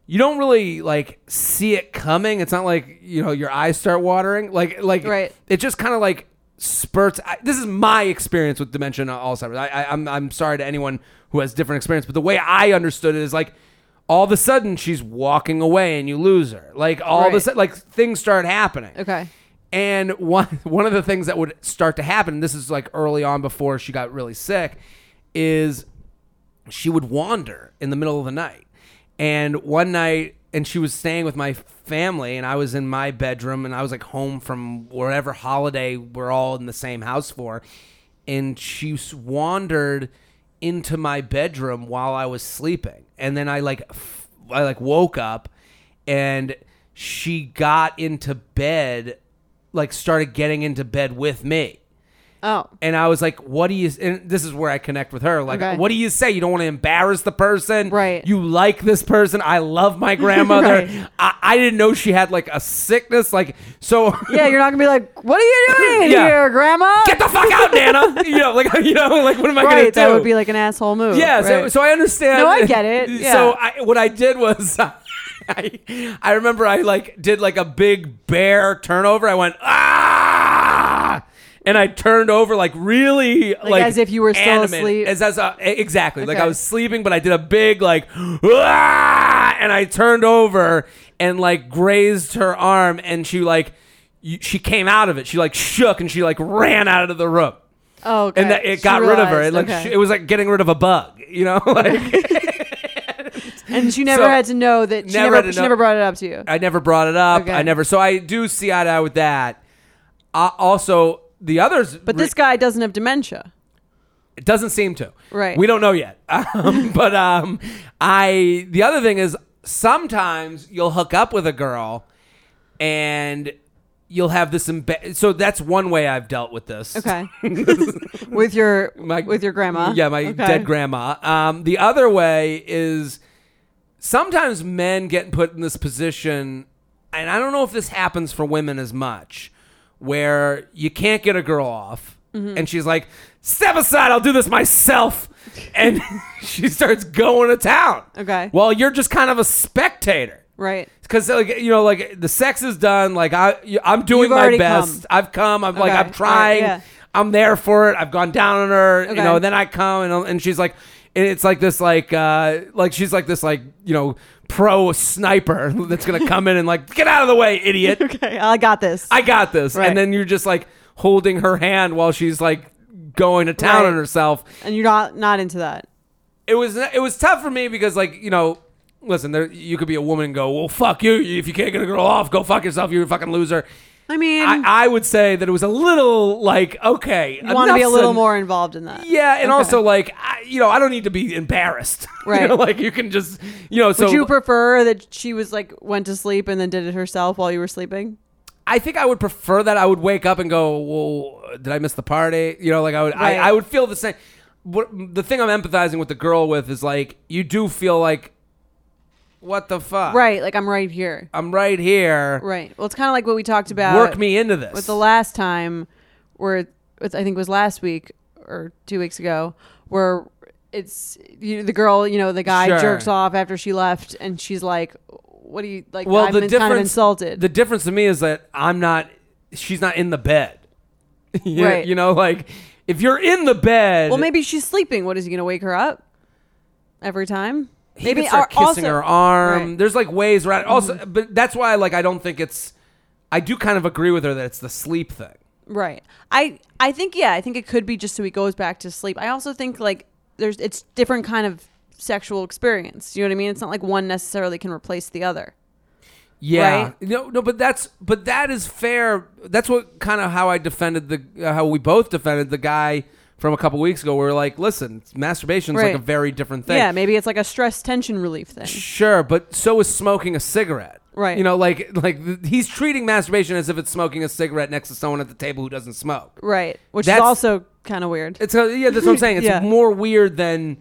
you don't really like see it coming. It's not like you know your eyes start watering. Like like Right. It just kind of like spurts. I, this is my experience with dementia and Alzheimer's. I, I I'm I'm sorry to anyone who has different experience, but the way I understood it is like. All of a sudden, she's walking away, and you lose her. Like all of a Right. sudden, like things start happening. Okay. And one one of the things that would start to happen, and this is like early on before she got really sick, is she would wander in the middle of the night. And one night, and she was staying with my family, and I was in my bedroom, and I was like home from whatever holiday we're all in the same house for. And she s- wandered into my bedroom while I was sleeping. And then I like, f- I like woke up, and she got into bed, like started getting into bed with me. Oh. And I was like, what do you, and this is where I connect with her. Like, Okay. what do you say? You don't want to embarrass the person. Right. You like this person. I love my grandmother. Right. I, I didn't know she had like a sickness. Like, so. Yeah, you're not gonna be like, what are you doing Yeah. here, Grandma? Get the fuck out, Nana! You know, like you know, like what am I gonna do? right, that would be like an asshole move. Yeah, so, right. so I understand. No, I get it. So Yeah. I, what I did was, I, I remember I like did like a big bear turnover. I went ah, and I turned over like really like, as if you were still animated. asleep. As as a, e, exactly like I Okay. was sleeping, but I did a big like ah, and I turned over and like grazed her arm, and she like y- she came out of it. She like shook and she like ran out of the room. Oh, okay. And that it She got rid of her. It, like realized, okay. sh- it was like getting rid of a bug, you know. Like and she never So- had to know that. She Never never, had to she know- never brought it up to you. I never brought it up. Okay. I never. So I do see eye to eye with that. I, also, the others. but this guy doesn't have dementia. It doesn't seem to. Right. We don't know yet. Um, but um, I the other thing is sometimes you'll hook up with a girl and you'll have this imbe- so that's one way I've dealt with this. Okay. with your My- with your grandma. Yeah, my Okay. dead grandma. Um, the other way is sometimes men get put in this position, and I don't know if this happens for women as much, where you can't get a girl off, and she's like, "Step aside, I'll do this myself," and she starts going to town. Okay. Well, you're just kind of a spectator. Right. Because like you know, like the sex is done. Like I, you- I'm doing You've my already best. come. I've come. I'm like Okay. I'm trying. Alright, yeah. I'm there for it. I've gone down on her. You Okay. know, and then I come and and she's like, and it's like this like uh like she's like this like you know pro sniper that's gonna come in and like get out of the way, idiot. Okay. I got this. I got this. Right. And then you're just like holding her hand while she's like going to town Right. on herself and you're not not into that. it was it was tough for me because like you know listen there you could be a woman and go well fuck you if you can't get a girl off go fuck yourself you're a fucking loser I mean, I, I would say that it was a little like okay you want to be a enough's little en- more involved in that. yeah and Okay. also like I, you know I don't need to be embarrassed You Right. know, like you can just you know so Would you prefer that she was like went to sleep and then did it herself while you were sleeping? I think I would prefer that I would wake up and go well did I miss the party you know like I would Right. I, I would feel the same what the thing I'm empathizing with the girl with is like you do feel like what the fuck Right, like I'm right here. I'm right here. Right. Well, it's kind of like what we talked about. Work me into this. with the last time, where with, I think it was last week or two weeks ago, where it's you, the girl, you know, the guy Sure. jerks off after she left, and she's like, "What do you like?" well, I'm the kind difference of insulted. The difference to me is that I'm not. She's not in the bed. you, Right. You know, like if you're in the bed. well, maybe she's sleeping. What is he going to wake her up every time? he maybe could start al- kissing also- her arm. Right. Mm-hmm. There's like ways around. Also, but that's why like I don't think it's. I do kind of agree with her that it's the sleep thing. Right. I I think yeah, I think it could be just so he goes back to sleep. I also think like there's it's different kind of sexual experience. You know what I mean? It's not like one necessarily can replace the other. Yeah. Right? No, no, but that's but that is fair. That's what kind of how I defended the uh, how we both defended the guy from a couple weeks ago. We are like, listen, masturbation's Right. like a very different thing. Yeah, maybe it's like a stress tension relief thing. Sure, but so is smoking a cigarette. Right. You know, like like th- he's treating masturbation as if it's smoking a cigarette next to someone at the table who doesn't smoke. Right. Which is That's- also kind of weird. It's a, yeah, that's what I'm saying. It's Yeah. more weird than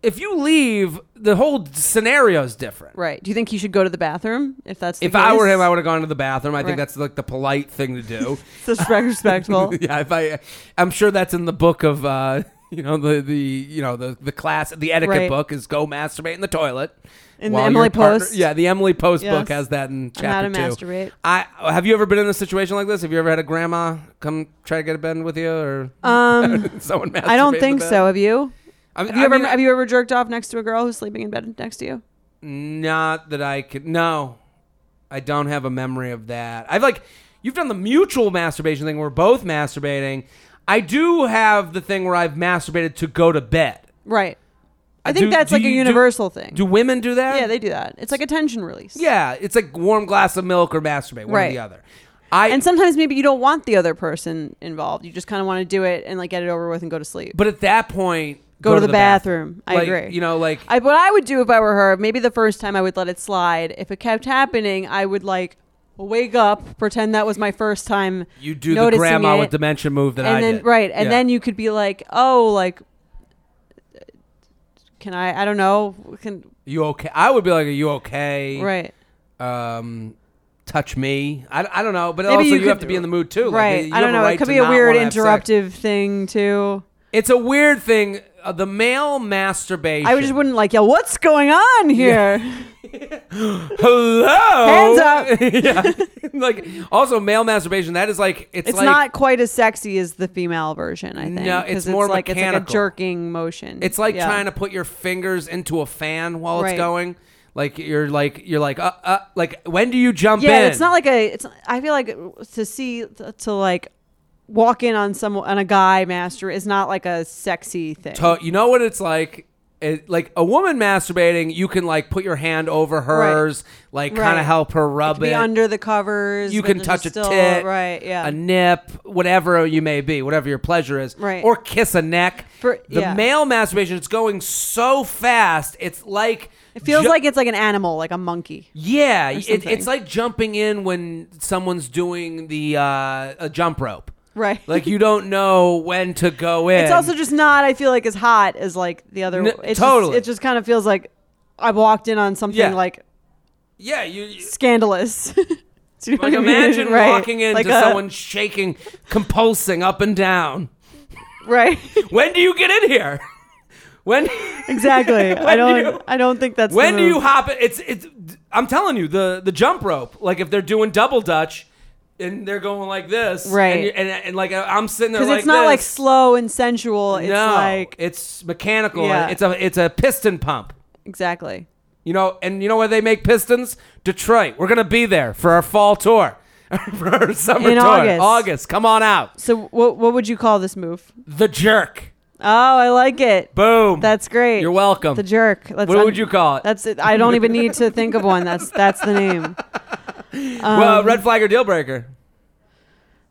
if you leave, the whole scenario is different. Right. Do you think he should go to the bathroom if that's the If I were him, I would would have gone to the bathroom. I think Right. that's like the polite thing to do. it's disrespectful. yeah, if I, I'm sure that's in the book of, uh, you know, the the you know the the class, the etiquette Right. book is go masturbate in the toilet. In the while your Emily partner- Post. yeah, the Emily Post Yes. book has that in On how chapter to two. masturbate. I have you ever been in a situation like this? Have you ever had a grandma come try to get a bed with you or Um, someone? I masturbate in don't the think bed? so. Have you? I mean, Have you I ever mean, have you ever jerked off next to a girl who's sleeping in bed next to you? Not that I could. No, I don't have a memory of that. I've like you've done the mutual masturbation thing. We're both masturbating. I do have the thing where I've masturbated to go to bed. Right. I Uh, think do- that's do like a you- do- universal thing. Do women do that? yeah, they do that. It's like a tension release. Yeah, it's like warm glass of milk or masturbate, one or Right. the other. I And sometimes maybe you don't want the other person involved. You just kind of want to do it and like get it over with and go to sleep. but at that point, go, to, the bathroom. I Like, agree. You know, like I, what I would do if I were her, maybe the first time I would let it slide. If it kept happening, I would like wake up, pretend that was my first time. you do the noticing grandma it, with dementia move that and I then did, right, and Yeah. then you could be like, oh, like, can I? I don't know. Can you okay? I would be like, "Are you okay?" right. um touch me i, I don't know but Maybe also you you, could- have to be in the mood too Like, right. you I don't have a know. right it could to be a not weird wanna have sex. interruptive thing too. it's a weird thing uh, the male masturbation I just wouldn't like yell, "What's going on here?" hello Hands up. yeah like also male masturbation that is like it's, It's like not quite as sexy as the female version, I think. No, 'cause it's more like it's like a mechanical. jerking motion. it's like Yeah. trying to put your fingers into a fan while Right. it's going Like you're like you're like uh, uh like when do you jump yeah, in? it's not like a. It's I feel like to see to like walk in on some on a guy master is not like a sexy thing. To- you know what it's like. It, like a woman masturbating, you can like put your hand over Right. hers, like kind Right. of help her rub be it. under the covers. you but can they're touch a still- tit, right? Yeah. a nip, whatever you may be, whatever your pleasure is, Right. Or kiss a neck. For- the yeah. male masturbation, it's going so fast, it's like it feels ju- like it's like an animal, like a monkey. yeah, it, something. it's like jumping in when someone's doing the uh, a jump rope. Right. Like you don't know when to go in. it's also just not. I feel like as hot as like the other. N- it's totally. Just, it just kind of feels like I've walked in on something Yeah. like yeah, you. you scandalous. Do you like know what I mean? imagine Right. walking into Like uh, a- someone shaking, compulsing up and down. Right. When do you get in here? When? Exactly. I When don't. you- I don't think that's. the When do you move. hop? it- It's it's. I'm telling you, the the jump rope. Like if they're doing double dutch, and they're going like this, Right. And, you- and, and like I'm sitting there Because like it's not like this. slow and sensual. It's no, like it's mechanical. Yeah. It's a it's a piston pump. exactly. You know, and you know where they make pistons? Detroit. We're gonna be there for our fall tour, for our summer In tour. August. come on out. So what what would you call this move? The jerk. Oh, I like it. Boom. That's great. You're welcome. The jerk. That's What would you call it? That's it. I don't even need to think of one. That's that's the name. Um, well, red flag or deal breaker.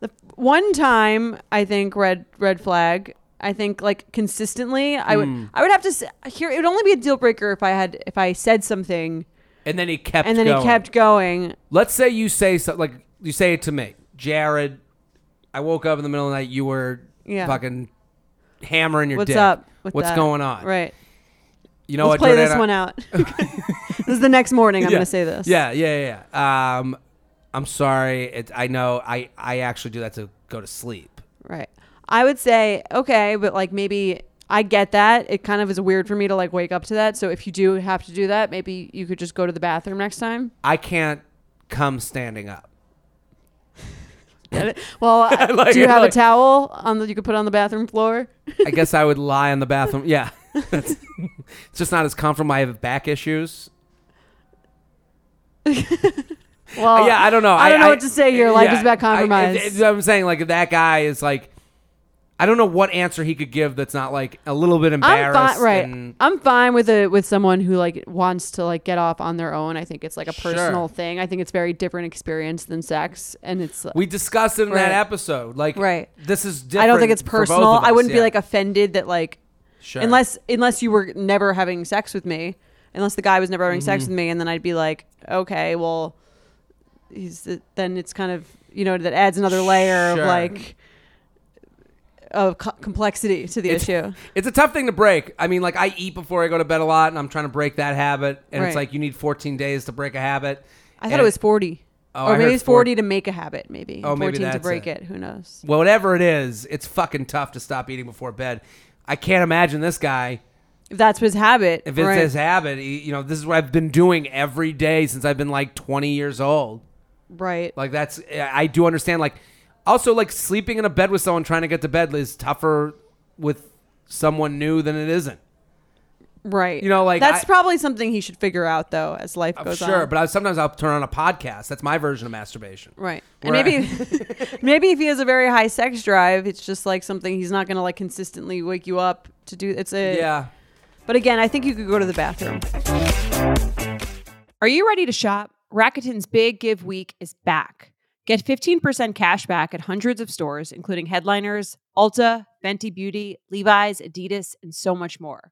The one time I think red red flag. I think like consistently, I would Hmm. I would have to s- here. It would only be a deal breaker if I had if I said something And then he kept. and then going. it kept going. Let's say you say something like you say it to me, Jared. I woke up in the middle of the night. You were Yeah. fucking hammering your What's dick. up? with What's that? going on? Oh, Right. You know Let's what? play Jordana? this one out. this is the next morning. I'm gonna say this. Yeah, yeah, yeah, yeah. Um, I'm sorry. It, I know. I I actually do that to go to sleep. Right. I would say, okay, but like maybe I get that. It kind of is weird for me to like wake up to that. So if you do have to do that, maybe you could just go to the bathroom next time. I can't come standing up. Get it? Well, I- like do you it, have like- a towel on that you could put on the bathroom floor? I guess I would lie in the bathroom. Yeah, That's, it's just not as comfortable. I have back issues. Well, yeah, I don't know. Oh, I don't know what to say. Your life is about compromise. I, it- it- I'm saying like if that guy is like, I don't know what answer he could give that's not like a little bit I'm embarrassed. fine. Right. and- I'm fine with a with someone who like wants to like get off on their own. I think it's like a Sure. personal thing. I think it's very different experience than sex, and it's. we discussed it in that Right. episode. Like, Right. This is. different I don't think it's for both personal. of I us, wouldn't be yeah. like offended that like Sure. unless unless you were never having sex with me unless the guy was never having Mm-hmm. sex with me and then i'd be like okay well he's then it's kind of you know that adds another layer Sure. of like of co- complexity to the It's- issue It's a tough thing to break. I mean, like I eat before I go to bed a lot, and I'm trying to break that habit. And it's Right. like you need 14 days to break a habit. i And thought it was 40 Oh, I or maybe heard it's 40 to make a habit maybe Oh, 14 maybe to that's break it. it. who knows whatever it is. It's fucking tough to stop eating before bed. I can't imagine this guy if that's his habit if it's right. his habit. he- You know, this is what I've been doing every day since I've been like 20 years old. right Like that's I do understand. Like also like sleeping in a bed with someone trying to get to bed is tougher with someone new than it isn't. right you know, like, that's I- probably something he should figure out though as life goes on sure, but I, sometimes I'll turn on a podcast. That's my version of masturbation. Right. And Where- maybe maybe if he has a very high sex drive, it's just like something he's not going to like consistently wake you up to do. It's a Yeah. But again, I think you could go to the bathroom. Are you ready to shop? Rakuten's Big Give Week is back. Get 15% cash back at hundreds of stores including Headliners, Ulta, Fenty Beauty, Levi's, Adidas, and so much more.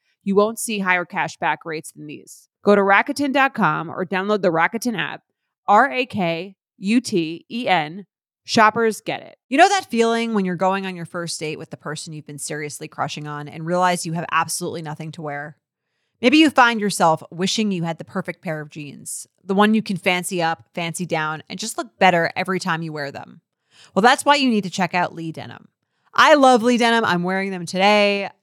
You won't see higher cash back rates than these. Go to Rakuten.com or download the Rakuten app. R A K U T E N. Shoppers get it. You know that feeling when you're going on your first date with the person you've been seriously crushing on and realize you have absolutely nothing to wear? Maybe you find yourself wishing you had the perfect pair of jeans, the one you can fancy up, fancy down, and just look better every time you wear them. Well, that's why you need to check out Lee Denim. I love Lee Denim. I'm wearing them today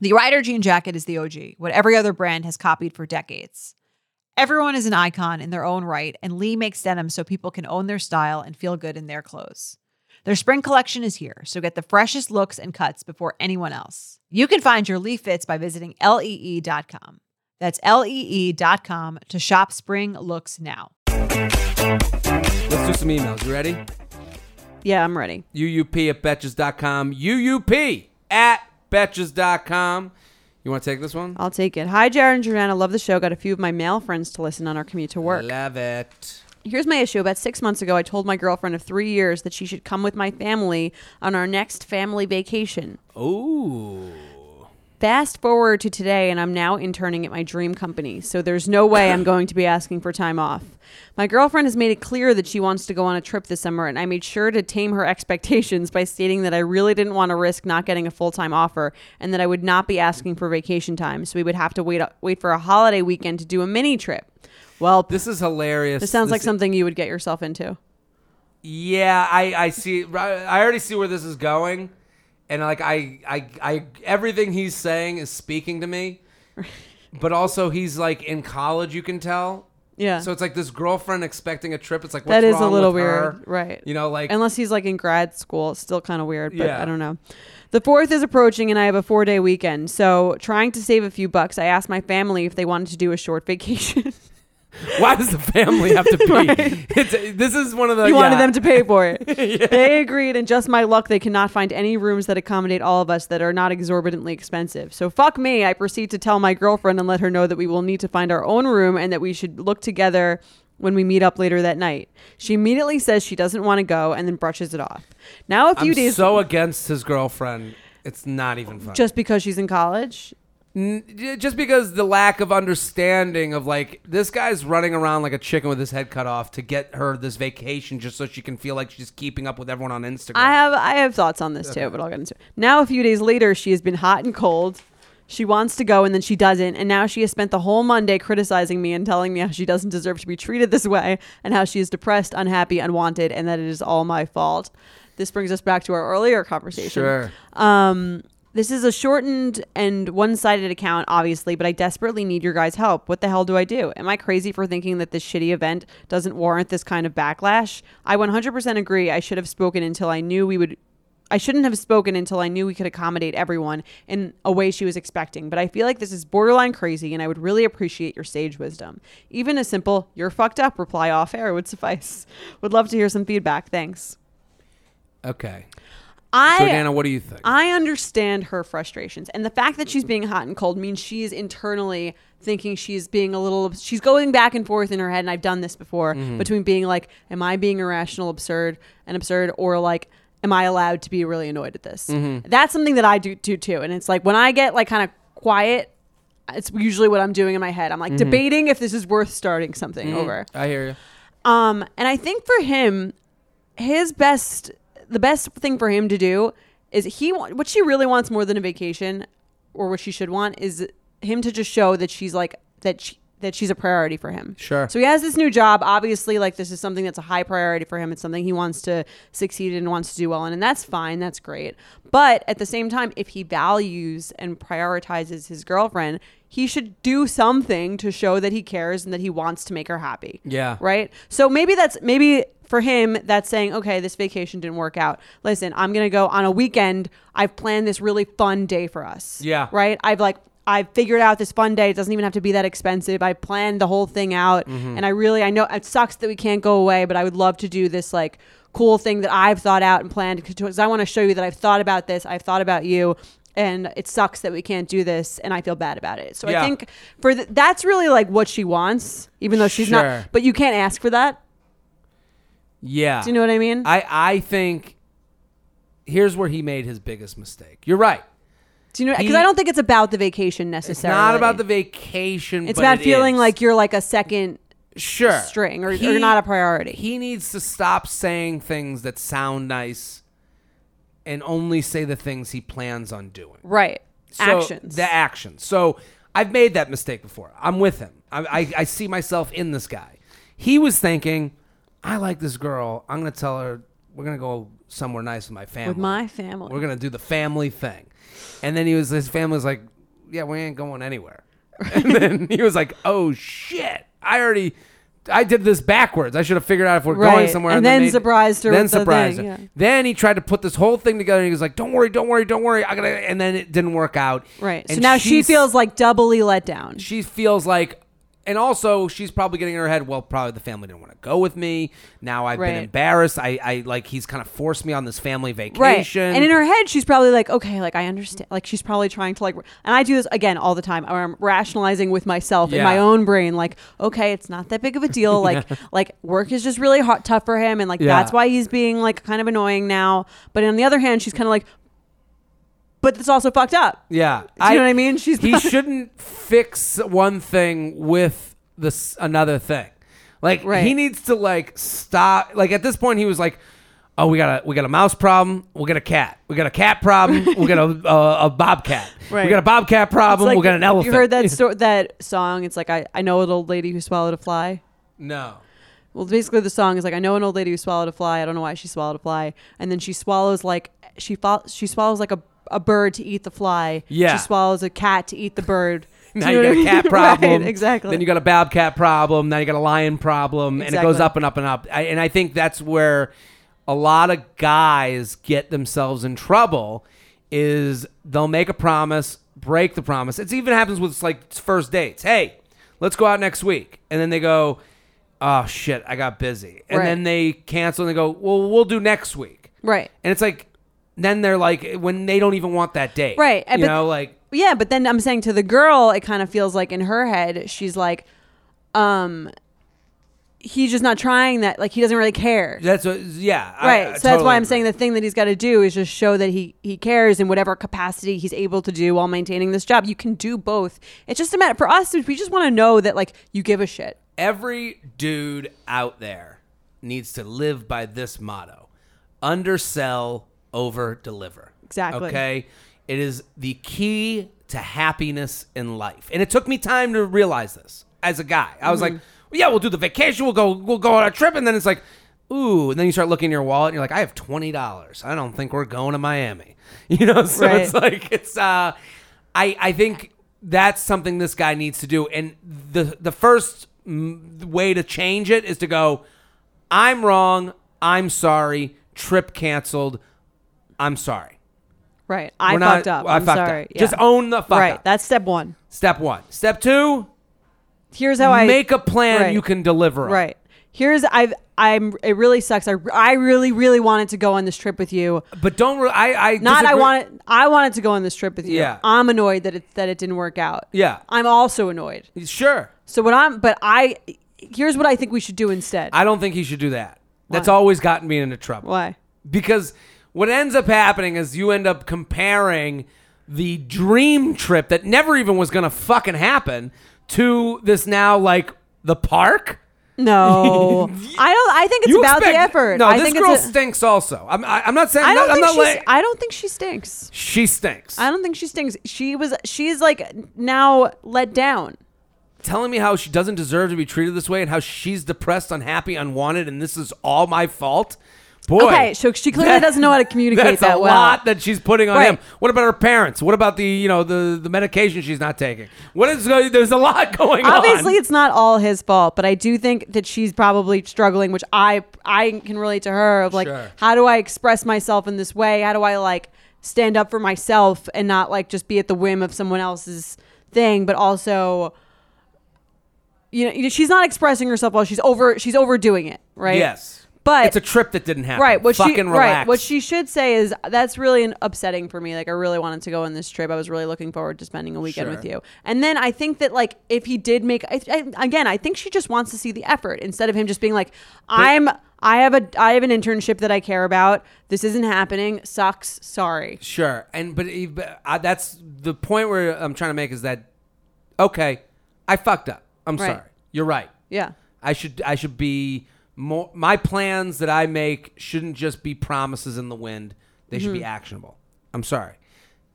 The Rider jean jacket is the OG, what every other brand has copied for decades. Everyone is an icon in their own right, and Lee makes denim so people can own their style and feel good in their clothes. Their spring collection is here, so get the freshest looks and cuts before anyone else. You can find your Lee fits by visiting E lee.com. That's E lee.com to shop spring looks now. Let's do some emails. You ready? Yeah, I'm ready. UUP at betches.com. UUP at betches.com. You want to take this one? I'll take it. Hi, Jared and Joanna. Love the show. Got a few of my male friends to listen on our commute to work. Love it. Here's my issue. About six months ago, I told my girlfriend of three years that she should come with my family on our next family vacation. Ooh. Fast forward to today, and I'm now interning at my dream company, so there's no way I'm going to be asking for time off. My girlfriend has made it clear that she wants to go on a trip this summer, and I made sure to tame her expectations by stating that I really didn't want to risk not getting a full time offer and that I would not be asking for vacation time, so we would have to wait, uh, wait for a holiday weekend to do a mini trip. Well, this, This is hilarious. sounds like something you would get yourself into. Yeah, I I see. I already see where this is going, and like I I I everything he's saying is speaking to me, but also he's like in college. You can tell. Yeah. So it's like this girlfriend expecting a trip. It's like what's That is a wrong little with her? weird, right. You know, like Unless he's like in grad school, it's still kind of weird, but Yeah. I don't know. The fourth is approaching, and I have a four day weekend. So, trying to save a few bucks, I asked my family if they wanted to do a short vacation. why does the family have to be? it's, this is one of the you wanted yeah. them to pay for it. They agreed, and just my luck, they could not find any rooms that accommodate all of us that are not exorbitantly expensive. So, fuck me. I proceed to tell my girlfriend and let her know that we will need to find our own room and that we should look together when we meet up later that night. She immediately says she doesn't want to go and then brushes it off. Now, a few I'm days so against his girlfriend. It's not even funny. just because she's in college N- j- just because the lack of understanding of like this guy's running around like a chicken with his head cut off to get her this vacation just so she can feel like she's keeping up with everyone on Instagram. i have i have thoughts on this too but i'll get into it now a few days later she has been hot and cold she wants to go and then she doesn't and now she has spent the whole monday criticizing me and telling me how she doesn't deserve to be treated this way and how she is depressed unhappy unwanted and that it is all my fault this brings us back to our earlier conversation sure. Um, this is a shortened and one sided account, obviously, but I desperately need your guys' help. What the hell do I do? Am I crazy for thinking that this shitty event doesn't warrant this kind of backlash? I 100% agree. I should have spoken until I knew we would. I shouldn't have spoken until I knew we could accommodate everyone in a way she was expecting, but I feel like this is borderline crazy and I would really appreciate your sage wisdom. Even a simple, you're fucked up reply off air would suffice. Would love to hear some feedback. Thanks. Okay. I, So, Dana, what do you think? I understand her frustrations. And the fact that she's being hot and cold means she's internally thinking she's being a little, she's going back and forth in her head. And I've done this before between being like, am I being irrational, absurd, and absurd? Or like, am I allowed to be really annoyed at this? That's something that I do, do too. And it's like when I get like kind of quiet, it's usually what I'm doing in my head. I'm like debating if this is worth starting something over. I hear you. Um, and I think for him, his best, the best thing for him to do is he wa- what she really wants more than a vacation, or what she should want is him to just show that she's like that she, that she's a priority for him. Sure. So he has this new job. Obviously, like this is something that's a high priority for him. It's something he wants to succeed in, wants to do well in, and that's fine. That's great. But at the same time, if he values and prioritizes his girlfriend, he should do something to show that he cares and that he wants to make her happy. Yeah. Right. So maybe that's maybe for him that's saying, okay, this vacation didn't work out. Listen, I'm gonna go on a weekend. I've planned this really fun day for us. Yeah. Right right? I've like I've figured out this fun day. It doesn't even have to be that expensive. I planned the whole thing out, Mm-hmm. and I really I know it sucks that we can't go away, but I would love to do this like cool thing that I've thought out and planned because I want to show you that I've thought about this. I've thought about you. And it sucks that we can't do this, and I feel bad about it. So Yeah. I think for th- that's really like what she wants, even though she's Sure. not. But you can't ask for that. Yeah. Do you know what I mean? I I think here's where he made his biggest mistake. You're right. do you know? Because he- I don't think it's about the vacation It's necessarily. not about the vacation. It's but about it feeling is. like you're like a second sure string or- or not a priority. He needs to stop saying things that sound nice, and only say the things he plans on doing. right So, actions. The actions. So I've made that mistake before. I'm with him. I, I, I see myself in this guy. He was thinking, I like this girl. I'm going to tell her we're going to go somewhere nice with my family. with my family. We're going to do the family thing. And then he was, his family was like, yeah, we ain't going anywhere. and then he was like, oh shit, I already, I did this backwards. I should have figured out if we're going Right. somewhere. And then surprised her Then with the surprised thing, her. yeah. Then he tried to put this whole thing together. and He was like, "Don't worry, don't worry, don't worry." I gotta, and then it didn't work out. right. So And now she she's- feels like doubly let down. she feels like, and also she's probably getting in her head. Well, probably the family didn't want to go with me. Now I've Right. been embarrassed. I, I like he's kind of forced me on this family vacation. Right. And in her head, she's probably like, okay, like I understand. Like she's probably trying to like, and I do this again all the time. where I'm rationalizing with myself in Yeah. my own brain, like, okay, it's not that big of a deal. Like, like work is just really hot, tough for him. And like, Yeah. that's why he's being like kind of annoying now. But on the other hand, she's kind of like, but it's also fucked up. yeah, do you know what I mean? She's he probably- shouldn't fix one thing with this another thing. Like Right. he needs to like stop. Like at this point, he was like. Oh, we got a we got a mouse problem. We got a cat. We got a cat problem. we got a a, a bobcat. Right. We got a bobcat It's problem. like, we got an elephant. You heard that sto- that song? It's like I, I know an old lady who swallowed a fly. No. Well, basically, the song is like, I know an old lady who swallowed a fly. I don't know why she swallowed a fly, and then she swallows like she fo- she swallows like a a bird to eat the fly. Yeah. She swallows a cat to eat the bird. Do Now know you what got I a cat mean? problem. Right, exactly. Then you got a bobcat problem. Now you got a lion problem, and it goes Exactly. up and up and up. I, and I think that's where a lot of guys get themselves in trouble. Is they'll make a promise, break the promise. It even happens with like first dates. Hey, let's go out next week, and then they go, "Oh shit, I got busy," and Right. then they cancel and they go, "Well, we'll do next week," right. and it's like. Then they're like when they don't even want that date, Right, You and but- know, like Yeah, but then I'm saying to the girl, it kind of feels like in her head, she's like, um, he's just not trying that. Like he doesn't really care. that's what, yeah, I- right I so that's totally why i'm agree. saying the thing that he's got to do is just show that he he cares in whatever capacity he's able to do while maintaining this job you can do both it's just a matter for us we just want to know that like you give a shit every dude out there needs to live by this motto undersell over deliver Exactly. okay it is the key to happiness in life and it took me time to realize this as a guy i was like well, yeah we'll do the vacation we'll go we'll go on a trip and then it's like ooh and then you start looking in your wallet and you're like i have $20 i don't think we're going to miami you know so Right. it's like it's uh i i think that's something this guy needs to do and the the first mm, way to change it is to go i'm wrong i'm sorry trip canceled i'm sorry right i We're fucked not- up I i'm fucked up. sorry Yeah. just own the fuck right up that's step one step one step two here's how i make a plan right. you can deliver on. right here's i've i'm it really sucks i i really really wanted to go on this trip with you but don't re- i i not disagree- i wanted i wanted to go on this trip with you Yeah. i'm annoyed that it that it didn't work out Yeah. i'm also annoyed sure so what i'm but i here's what i think we should do instead i don't think he should do that that's Why? always gotten me into trouble why because what ends up happening is you end up comparing the dream trip that never even was gonna fucking happen to this now like the park. No, I don't. I think it's You about the expect- effort. No, I this think girl it's. A, stinks. Also, I'm. I, I'm not saying. I don't I'm think not she's, like- I don't think she stinks. she stinks. I don't think she stinks. She was. She's like now let down. telling me how she doesn't deserve to be treated this way and how she's depressed, unhappy, unwanted, and this is all my fault. Boy. Okay, so she clearly doesn't know how to communicate that's that a well. lot that she's putting on Right. him. What about her parents? What about the you know the the medication she's not taking? What is go- there's a lot going on. Obviously, it's not all his fault, but I do think that she's probably struggling, which I I can relate to her of like, Sure. how do I express myself in this way? How do I like stand up for myself and not like just be at the whim of someone else's thing, but also, you know, you know, she's not expressing herself well. She's over she's overdoing it, right? yes, but it's a trip that didn't happen. Right. What Fucking she relax. right. What she should say is that's really an upsetting for me. Like I really wanted to go on this trip. I was really looking forward to spending a weekend Sure. with you. And then I think that like if he did make I, I, again, I think she just wants to see the effort instead of him just being like I'm I have a I have an internship that I care about. This isn't happening. Sucks. Sorry. Sure, and but, e- but I, that's the point where I'm trying to make is that okay, I fucked up. I'm Right. sorry. You're right. Yeah. I should I should be more. My plans that I make shouldn't just be promises in the wind. They should be Mm-hmm. actionable. I'm sorry.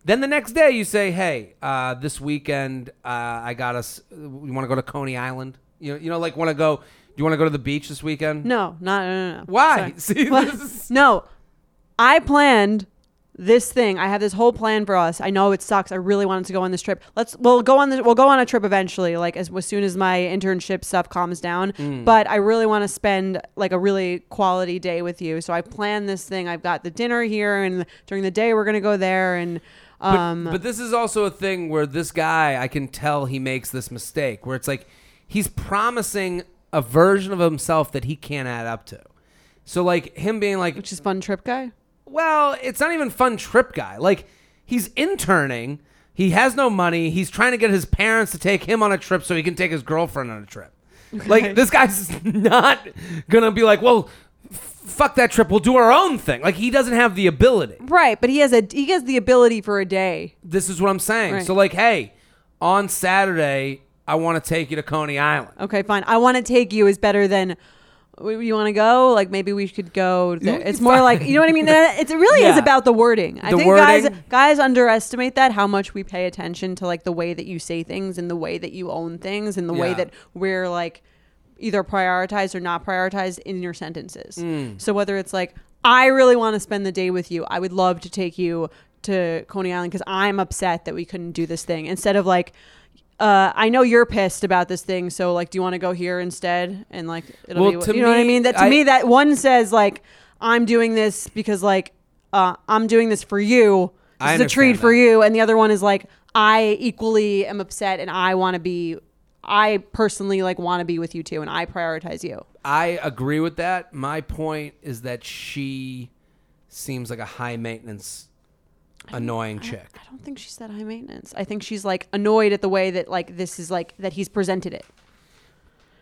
Then the next day you say, "Hey, uh, this weekend uh, I got us. You want to go to Coney Island? You know, you know, like want to go? Do you want to go to the beach this weekend? No. Not no no. no. Why? Sorry. See, this is- No, I planned this thing. I have this whole plan for us. I know it sucks. I really wanted to go on this trip. Let's we'll go on this we'll go on a trip eventually, like as, as soon as my internship stuff calms down. But I really want to spend like a really quality day with you. So I planned this thing. I've got the dinner here and during the day we're gonna go there and But, um but this is also a thing where this guy, I can tell he makes this mistake where it's like he's promising a version of himself that he can't add up to. So like him being like, which is fun trip guy. well, it's not even fun trip guy. Like he's interning, he has no money, he's trying to get his parents to take him on a trip so he can take his girlfriend on a trip. Like this guy's not gonna be like, well, f- fuck that trip, we'll do our own thing. Like he doesn't have the ability Right, but he has a he has the ability for a day. this is what I'm saying. Right. So like, hey, on Saturday, I want to take you to Coney Island. Okay, fine. I want to take you is better than "W- you want to go. Like maybe we should go. There. You- It's more like you know what I mean. It really is Yeah. about the wording. I The think guys wording. guys underestimate that how much we pay attention to like the way that you say things and the way that you own things and the way Yeah. that we're like either prioritized or not prioritized in your sentences. Mm. So whether it's like I really want to spend the day with you. I would love to take you to Coney Island because I'm upset that we couldn't do this thing. Instead of like uh, I know you're pissed about this thing, so like, do you want to go here instead? And like, it'll Well, be, to you know what I me, mean? That to I- me, that one says like, I'm doing this because like, uh, I'm doing this for you. This I is a treat understand for that. you, and the other one is like, I equally am upset, and I want to be, I personally like want to be with you too, and I prioritize you. I agree with that. My point is that she seems like a high maintenance, annoying chick. I don't think she's that high maintenance. I think she's like annoyed at the way that like this is like that he's presented it.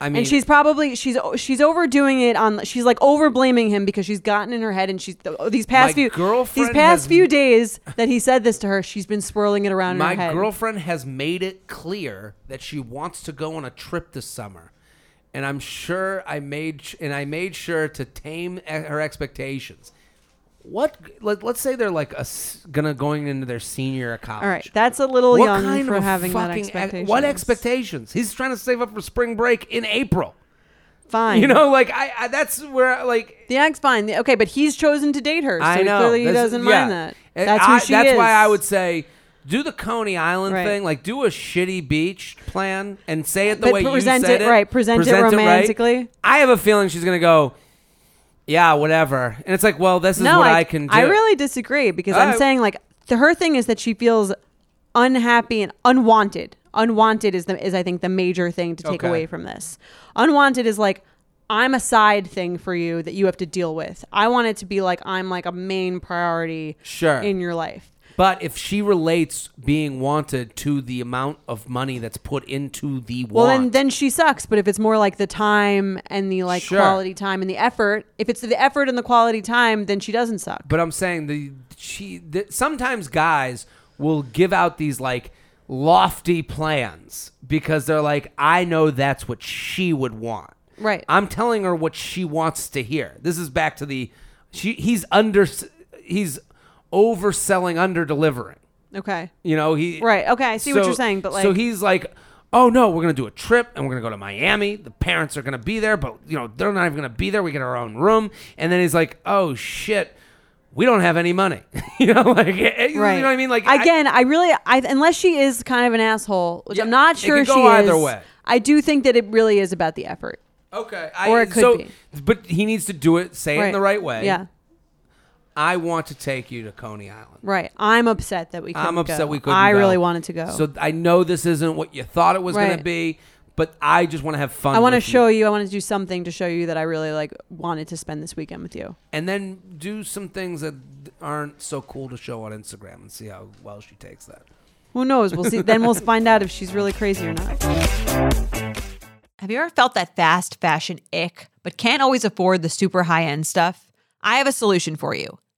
I mean, and she's probably she's she's overdoing it on she's like over blaming him because she's gotten in her head and she's these past My few girlfriend these past has- few days that he said this to her she's been swirling it around my in her head girlfriend has made it clear that she wants to go on a trip this summer, and I'm sure I made sh- and I made sure to tame e- her expectations. What? Let, let's say they're like a s- gonna going into their senior year of college. all right that's a little what young kind for of a having that fucking ex- expectation What expectations? He's trying to save up for spring break in April. fine You know, like I, I that's where like the ex fine The- okay but he's chosen to date her so I he know clearly he This- doesn't yeah. mind that And that's who I- she That's is why I would say. Do the Coney Island Right. thing, like do a shitty beach plan and say it the But way present you said it it, right, present it right. romantically. I have a feeling she's gonna go, yeah, whatever, and it's like, well, this is no what I, I, can do. I really disagree because All I'm right. saying like the, her thing is that she feels unhappy and unwanted. Unwanted is the is I think the major thing to take Okay. away from this. Unwanted is like I'm a side thing for you that you have to deal with. I want it to be like I'm like a main priority Sure. in your life. But if she relates being wanted to the amount of money that's put into the Well, want, then then she sucks. But if it's more like the time and the like Sure. quality time and the effort, if it's the effort and the quality time, then she doesn't suck. But I'm saying the she the, sometimes guys will give out these like lofty plans because they're like, I know that's what she would want. Right. I'm telling her what she wants to hear. This is back to the she he's under he's overselling under delivering. Okay. You know, he Right, okay, I see what you're saying, but, so like- he's like oh no, we're gonna do a trip and we're gonna go to Miami. The parents are gonna be there, but you know they're not even gonna be there. We get our own room, and then he's like, oh shit, we don't have any money. you know, like right. you know what I mean? Like I- again, I, really, I unless she is kind of an asshole, which Yeah, I'm not it sure could go she either is. way. I do think that it really is about the effort, okay, I, or it could so- be. But he needs to do it, say it in the right way. Yeah, I want to take you to Coney Island. right. I'm upset that we. Couldn't I'm upset go. we couldn't. I go. really wanted to go. So I know this isn't what you thought it was going to Right. be, but I just want to have fun. I want to with show you. I want to do something to show you that I really like wanted to spend this weekend with you. and then do some things that aren't so cool to show on Instagram and see how well she takes that. Who knows? We'll see. then we'll find out if she's really crazy or not. Have you ever felt that fast fashion ick, but can't always afford the super high end stuff? I have a solution for you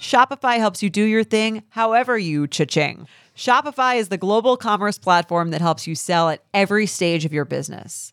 Shopify helps you do your thing however you cha-ching. Shopify is the global commerce platform that helps you sell at every stage of your business.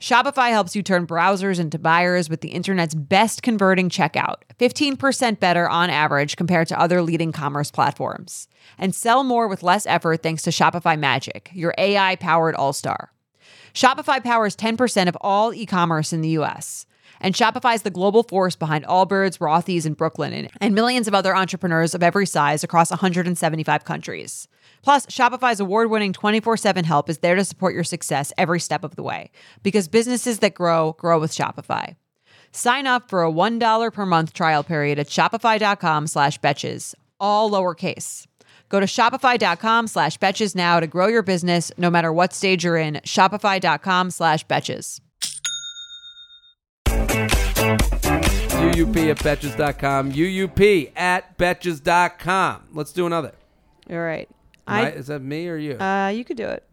Shopify helps you turn browsers into buyers with the internet's best converting checkout, 15% better on average compared to other leading commerce platforms. And sell more with less effort thanks to Shopify Magic, your AI powered all star. Shopify powers 10% of all e commerce in the US. And Shopify is the global force behind Allbirds, Rothy's, and Brooklyn, and, and millions of other entrepreneurs of every size across 175 countries. Plus, Shopify's award winning 24 7 help is there to support your success every step of the way because businesses that grow, grow with Shopify. Sign up for a $1 per month trial period at shopify.com slash betches, all lowercase. Go to shopify.com slash betches now to grow your business no matter what stage you're in. Shopify.com slash betches. UUP at betches.com. UUP at betches.com. Let's do another. All right. Am I- I. is that me or you? Uh, you could do it.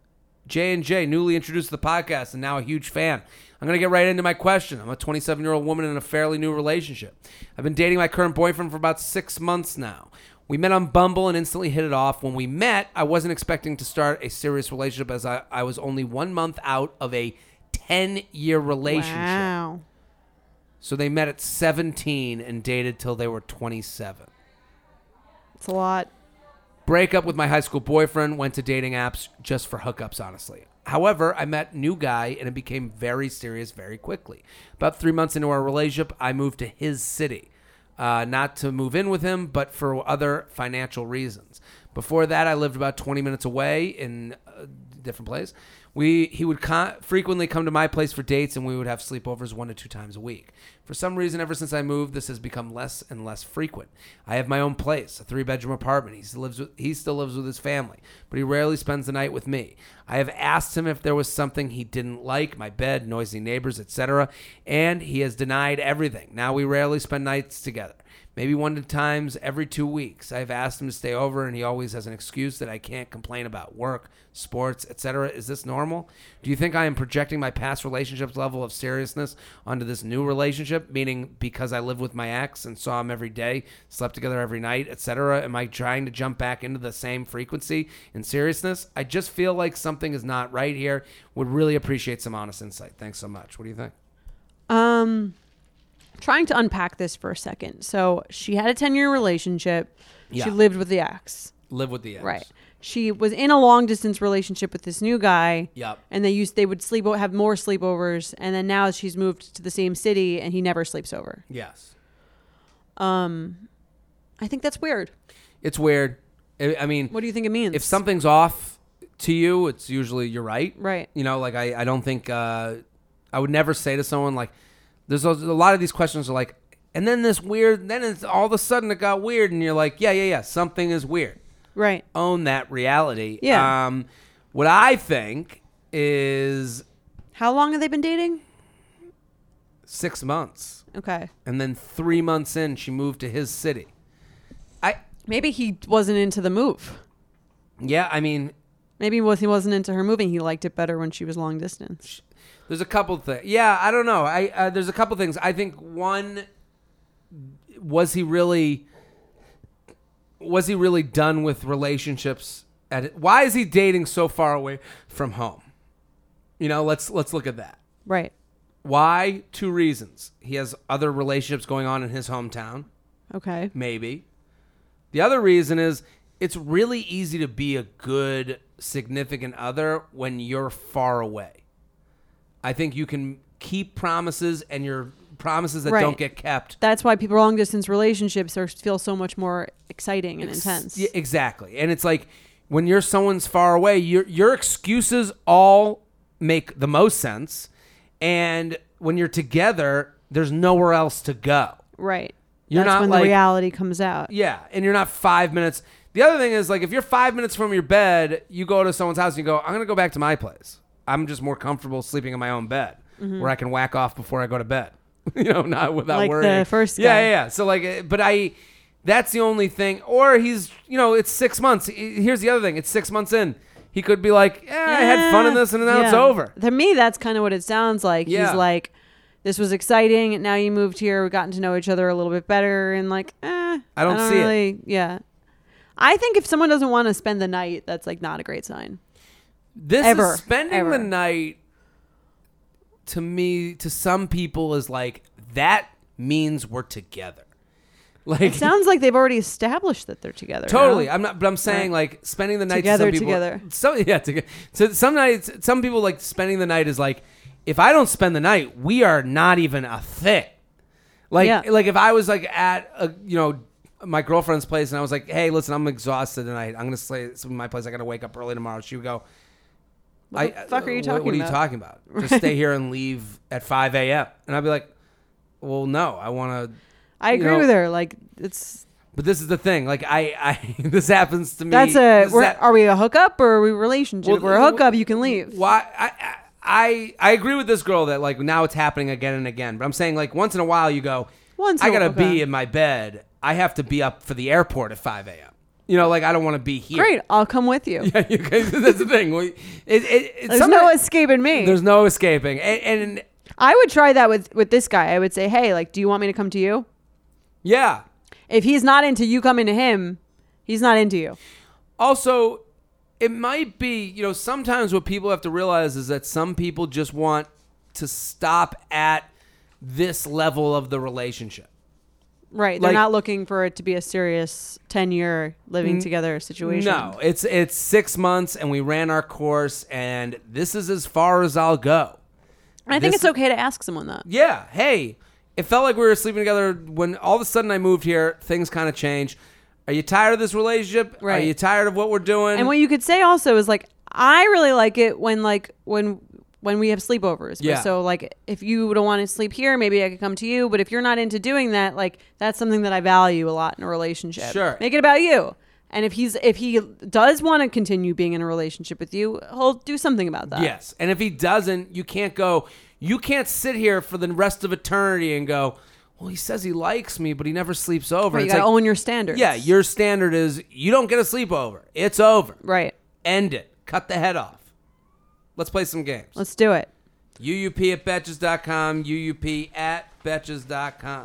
J and J, newly introduced to the podcast and now a huge fan. I'm gonna get right into my question. I'm a 27 year old woman in a fairly new relationship. I've been dating my current boyfriend for about six months now. We met on Bumble and instantly hit it off. When we met, I wasn't expecting to start a serious relationship as I, I was only one month out of a 10 year relationship. Wow. So they met at 17 and dated till they were 27. It's a lot. Break up with my high school boyfriend, went to dating apps just for hookups, honestly. However, I met new guy and it became very serious very quickly. About three months into our relationship, I moved to his city. Uh, not to move in with him, but for other financial reasons. Before that, I lived about 20 minutes away in uh, a different place. We he would con- frequently come to my place for dates, and we would have sleepovers one to two times a week. For some reason, ever since I moved, this has become less and less frequent. I have my own place, a three-bedroom apartment. He still lives with, he still lives with his family, but he rarely spends the night with me. I have asked him if there was something he didn't like, my bed, noisy neighbors, etc., and he has denied everything. Now we rarely spend nights together. maybe one to times every two weeks. I've asked him to stay over, and he always has an excuse that I can't complain about work, sports, etc. Is this normal? Do you think I am projecting my past relationship's level of seriousness onto this new relationship? Meaning, because I live with my ex and saw him every day, slept together every night, etc. Am I trying to jump back into the same frequency and seriousness? I just feel like something is not right here. Would really appreciate some honest insight. Thanks so much. What do you think? Um, trying to unpack this for a second. So she had a 10 year relationship. Yeah. She lived with the ex. Live with the ex. Right. She was in a long distance relationship with this new guy. Yep. And they used they would sleep o- have more sleepovers and then now she's moved to the same city and he never sleeps over. Yes. Um I think that's weird. It's weird. I I mean, What do you think it means? if something's off to you, it's usually you're right. Right. You know, like I, I don't think uh, I would never say to someone like, there's a, a lot of these questions are like, and then this weird, then it's all of a sudden it got weird, and you're like, yeah, yeah, yeah, something is weird. Right. Own that reality. Yeah. Um, what I think is How long have they been dating? six months, Okay. and then three months in, she moved to his city. I Maybe he wasn't into the move. yeah, I mean, Maybe was he wasn't into her moving. He liked it better when she was long distance. There's a couple things. Yeah, I don't know. I uh, there's a couple things. I think one was he really was he really done with relationships? At why is he dating so far away from home? You know, let's let's look at that. Right. Why? Two reasons. He has other relationships going on in his hometown. Okay. Maybe. The other reason is it's really easy to be a good significant other when you're far away. I think you can keep promises and your promises that Right. don't get kept. That's why people long distance relationships are, feel so much more exciting and intense. Yeah, exactly. And it's like when you're someone's far away, your your excuses all make the most sense. And when you're together, there's nowhere else to go. Right. You're That's not when like- the reality comes out. Yeah, and you're not five minutes. The other thing is like if you're five minutes from your bed, you go to someone's house and you go, I'm gonna go back to my place. I'm just more comfortable sleeping in my own bed where I can whack off before I go to bed. you know, not without Mm-hmm. Like the worrying. first yeah, guy. yeah, yeah. So like, uh, but I, that's the only thing. Or he's, you know, it's six months. I- Here's the other thing. It's six months in. He could be like, yeah, I had fun in this, and now it's Yeah. over. To me, that's kind of what it sounds like. Yeah. He's like, this was exciting. and Now you moved here. We've gotten to know each other a little bit better. And like, eh. I don't see it. really, Yeah. I think if someone doesn't want to spend the night, that's like not a great sign. This Ever. is spending Ever. the night to me to some people is like that means we're together. Like It sounds like they've already established that they're together. no? totally. I'm not but I'm saying like spending the night Together, to some people together. So yeah, together. So some nights some people like spending the night is like if I don't spend the night, we are not even a thing. Like Yeah. like if I was like at a you know my girlfriend's place and I was like, "Hey, listen, I'm exhausted tonight. I'm going to sleep in my place. I got to wake up early tomorrow." She would go, What the fuck are you what- talking What are you about? talking about? Just stay here and leave at 5 a.m. And I'd be like, well, no, I want to. I you agree know- with her. Like, it's But this is the thing. Like, I, I this happens to me. that's a. this We're, hap- are we a hookup or are we a relationship? Well, If we're a w- hookup. You can leave. Why? I, I, I agree with this girl that, like, now it's happening again and again. But I'm saying, like, once in a while you go, Once I in a- got to be okay. in my bed. I have to be up for the airport at 5 a.m. You know, like, I don't want to be here. Great. I'll come with you. Yeah, you guys, that's the thing. We, it, it, it, There's no sometimes- escaping me. There's no escaping. And, and I would try that with with this guy. I would say, "Hey, like, do you want me to come to you?" yeah. If he's not into you coming to him, he's not into you. Also, it might be, you know, sometimes what people have to realize is that some people just want to stop at this level of the relationship. Right. They're Like- not looking for it to be a serious 10-year living together situation. Mm, No, it's it's 6 months and we ran our course and this is as far as I'll go. And I think This- it's okay to ask someone that. Yeah, hey, it felt like we were sleeping together when all of a sudden I moved here, things kind of changed. Are you tired of this relationship? Are Right. you tired of what we're doing? And what you could say also is like, "I really like it when like when when we have sleepovers." But Yeah. So like if you don't want to sleep here, maybe I could come to you, but if you're not into doing that, like that's something that I value a lot in a relationship. Sure. Make it about you. And if he's if he does want to continue being in a relationship with you, he'll do something about that. Yes. And if he doesn't, you can't go, you can't sit here for the rest of eternity and go, well, he says he likes me, but he never sleeps over. Right, you It's gotta like, own your standards. yeah, your standard is you don't get a sleepover. It's over. right. End it. Cut the head off. Let's play some games. Let's do it. UUP at Betches.com, UUP at Betches.com.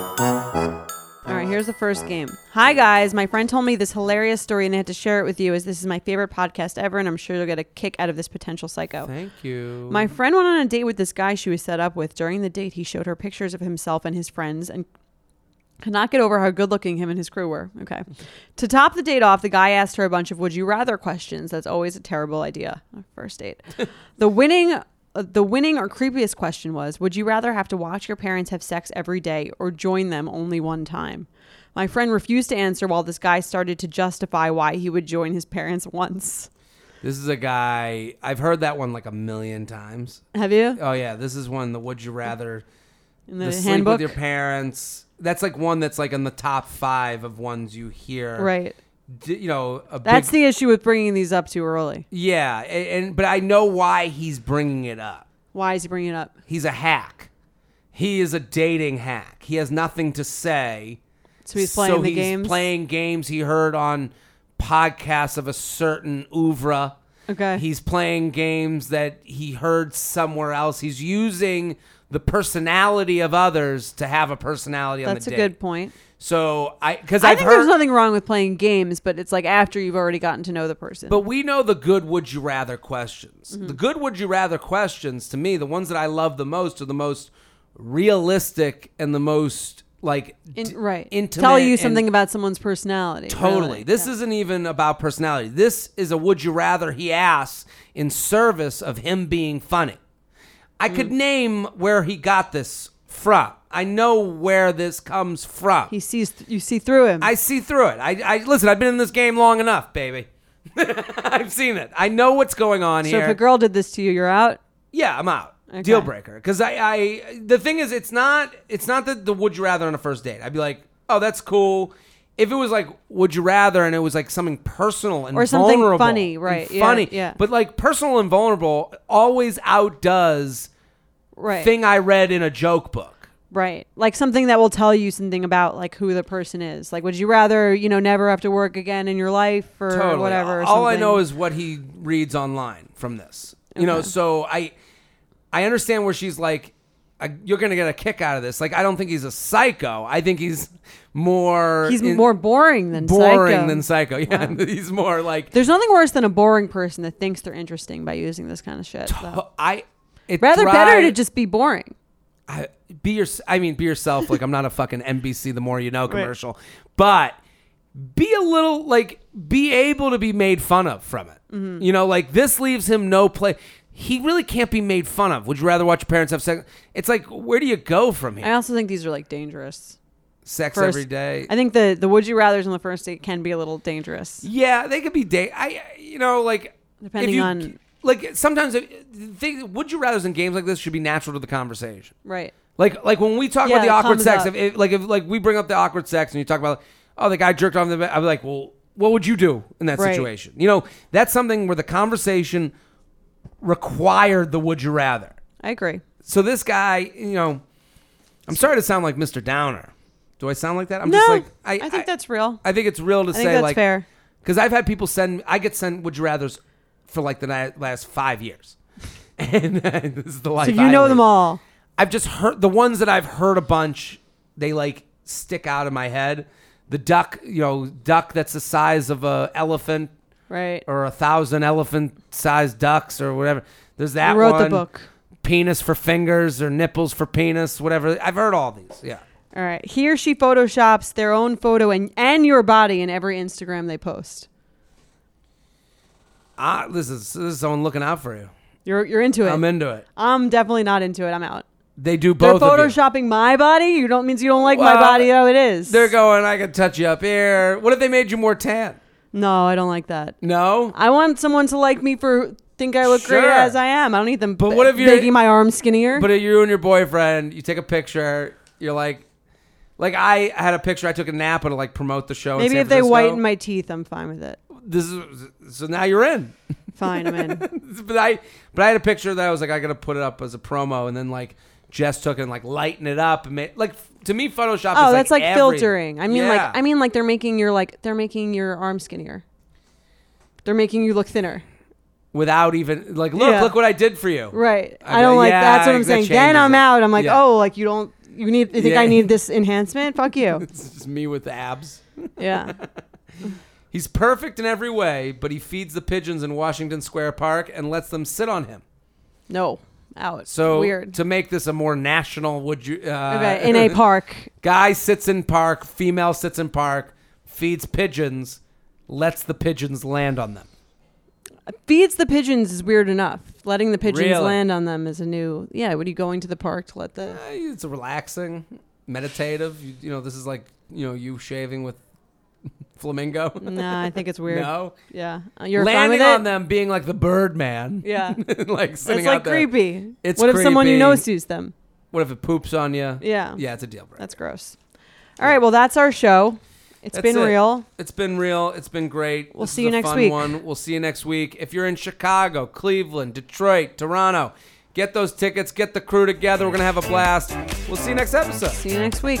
All right, here's the first game. Hi, guys. My friend told me this hilarious story and I had to share it with you as this is my favorite podcast ever, and I'm sure you'll get a kick out of this potential psycho. Thank you. My friend went on a date with this guy she was set up with. During the date, he showed her pictures of himself and his friends and could not get over how good looking him and his crew were. Okay. to top the date off, the guy asked her a bunch of would you rather questions. That's always a terrible idea on a first date. the winning uh, the winning or creepiest question was would you rather have to watch your parents have sex every day or join them only one time? My friend refused to answer while this guy started to justify why he would join his parents once. this is a guy, I've heard that one like a million times. Have you? Oh, yeah, this is one, the Would You Rather, In the, the, Sleep handbook. with Your Parents. That's like one that's like in the top five of ones you hear. right. D- you know, a That's big, the issue with bringing these up too early. Yeah, a- and but I know why he's bringing it up. Why is he bringing it up? He's a hack. He is a dating hack. He has nothing to say. So he's playing so the he's games. Playing games he heard on podcasts of a certain oeuvre. Okay. He's playing games that he heard somewhere else. He's using the personality of others to have a personality on the That's a date. good point. So I because I I've think heard there's nothing wrong with playing games, but it's like after you've already gotten to know the person. But we know the good would you rather questions. Mm-hmm. The good would you rather questions to me, the ones that I love the most are the most realistic and the most like In- d- right. intimate Tell you and- something about someone's personality. Totally. really. This isn't even about personality. This is a would you rather he asks in service of him being funny. I could Mm. name where he got this from. I know where this comes from. He sees you see through him. I see through it. I, I listen. I've been in this game long enough, baby. I've seen it. I know what's going on so here. if a girl did this to you, you're out. Yeah, I'm out. Okay. Deal breaker. Because I, I, the thing is, it's not, it's not that the would you rather on a first date. I'd be like, oh, that's cool. If it was like would you rather, and it was like something personal and Or something vulnerable funny, and right, yeah, funny, yeah. But like personal and vulnerable always outdoes Right. thing I read in a joke book. right. Like something that will tell you something about like who the person is. Like would you rather, you know, never have to work again in your life or Totally. whatever. or All I something. know is what he reads online from this. You know, so I, I understand where she's like, I, you're gonna get a kick out of this. Like, I don't think he's a psycho. I think he's more. he's in- more boring than boring psycho. than psycho. Yeah, he's more like There's nothing worse than a boring person that thinks they're interesting by using this kind of shit. though. I. It Rather better to thrive- just be boring. I, be your. I mean, be yourself. like I'm not a fucking NBC. The more you know commercial, but be a little like be able to be made fun of from it. Mm-hmm. You know, like this leaves him no play. He really can't be made fun of. Would you rather watch your parents have sex? It's like where do you go from here? I also think these are like dangerous. sex First, every day. I think the the would you rather's on the first date can be a little dangerous. Yeah, they could be date. I you know like Depending if you, on- like sometimes if, things, would you rather in games like this should be natural to the conversation. Right. Like like when we talk Yeah, about the it awkward comes sex, if, up. if like if like we bring up the awkward sex and you talk about oh the guy jerked off in the bed, I'm like well what would you do in that Right. situation? You know that's something where the conversation required the would you rather. I agree. So this guy, you know, I'm sorry to sound like Mr. Downer. Do I sound like that? I'm no, just like I, think that's real. I think it's real to think say that's like fair. because I've had people send I get sent would you rather's for like the ni- last five years, and uh, this is the life. so I you know live. them all. I've just heard the ones that I've heard a bunch. They like stick out of my head. The duck, you know, duck that's the size of a elephant Right. or a thousand elephant sized ducks or whatever. There's that You wrote the one. book. Penis for fingers or nipples for penis, whatever. I've heard all these. Yeah. All right. He or she photoshops their own photo and, and your body in every Instagram they post. Ah, this is this is someone looking out for you. You're you're into it. I'm into it. I'm definitely not into it. I'm out. They do They're both. of you. photoshopping my body. You don't means you don't like my Well, body how it is. They're going, I could touch you up here. What if they made you more tan? no, I don't like that. No? I want someone to like me for think I look great Sure. as I am. I don't need them. But what if you're- making my arms skinnier? But you and your boyfriend, you take a picture, you're like, like I had a picture, I took a nap and like promote the show. in Maybe San if they Francisco. whiten my teeth, I'm fine with it. this is so now you're in. Fine, I'm in. but I but I had a picture that I was like I gotta put it up as a promo, and then like Jess took it and like lighten it up and made, like to me Photoshop. Oh, is, that's like, every- filtering. I mean, Yeah. like I mean, like they're making your like they're making your arm skinnier. They're making you look thinner. without even like look Yeah. look what I did for you. Right. I I don't go, like yeah, that's what I'm that saying. changes Then I'm it. out. I'm like, Yeah. oh, like you don't you need you think Yeah. I need this enhancement? Fuck you. It's just me with the abs. Yeah. He's perfect in every way, but he feeds the pigeons in Washington Square Park and lets them sit on him. No. Out. So weird. to make this a more national, would you? Uh, okay. In a park. guy sits in park, female sits in park, feeds pigeons, lets the pigeons land on them. Feeds the pigeons is weird enough. Letting the pigeons Really? land on them is a new yeah, would you going to the park to let the Eh, It's relaxing, meditative. You, you know, this is like you know you shaving with flamingo. Nah, I think it's weird. No, Yeah. Uh, Mm-hmm. You're fine landing with it? on them, being like the bird man. Yeah. like sitting That's like out there. creepy. It's what if someone you know creepy. sues them? What if it poops on you? Yeah. Yeah, it's a deal breaker. That's gross. All right, well that's our show. It's That's been it. real. It's been real. It's been great. We'll This see is you a next fun week. One. We'll see you next week. If you're in Chicago, Cleveland, Detroit, Toronto, get those tickets. Get the crew together. We're gonna have a blast. We'll see you next episode. See you next week.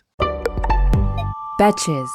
Betches.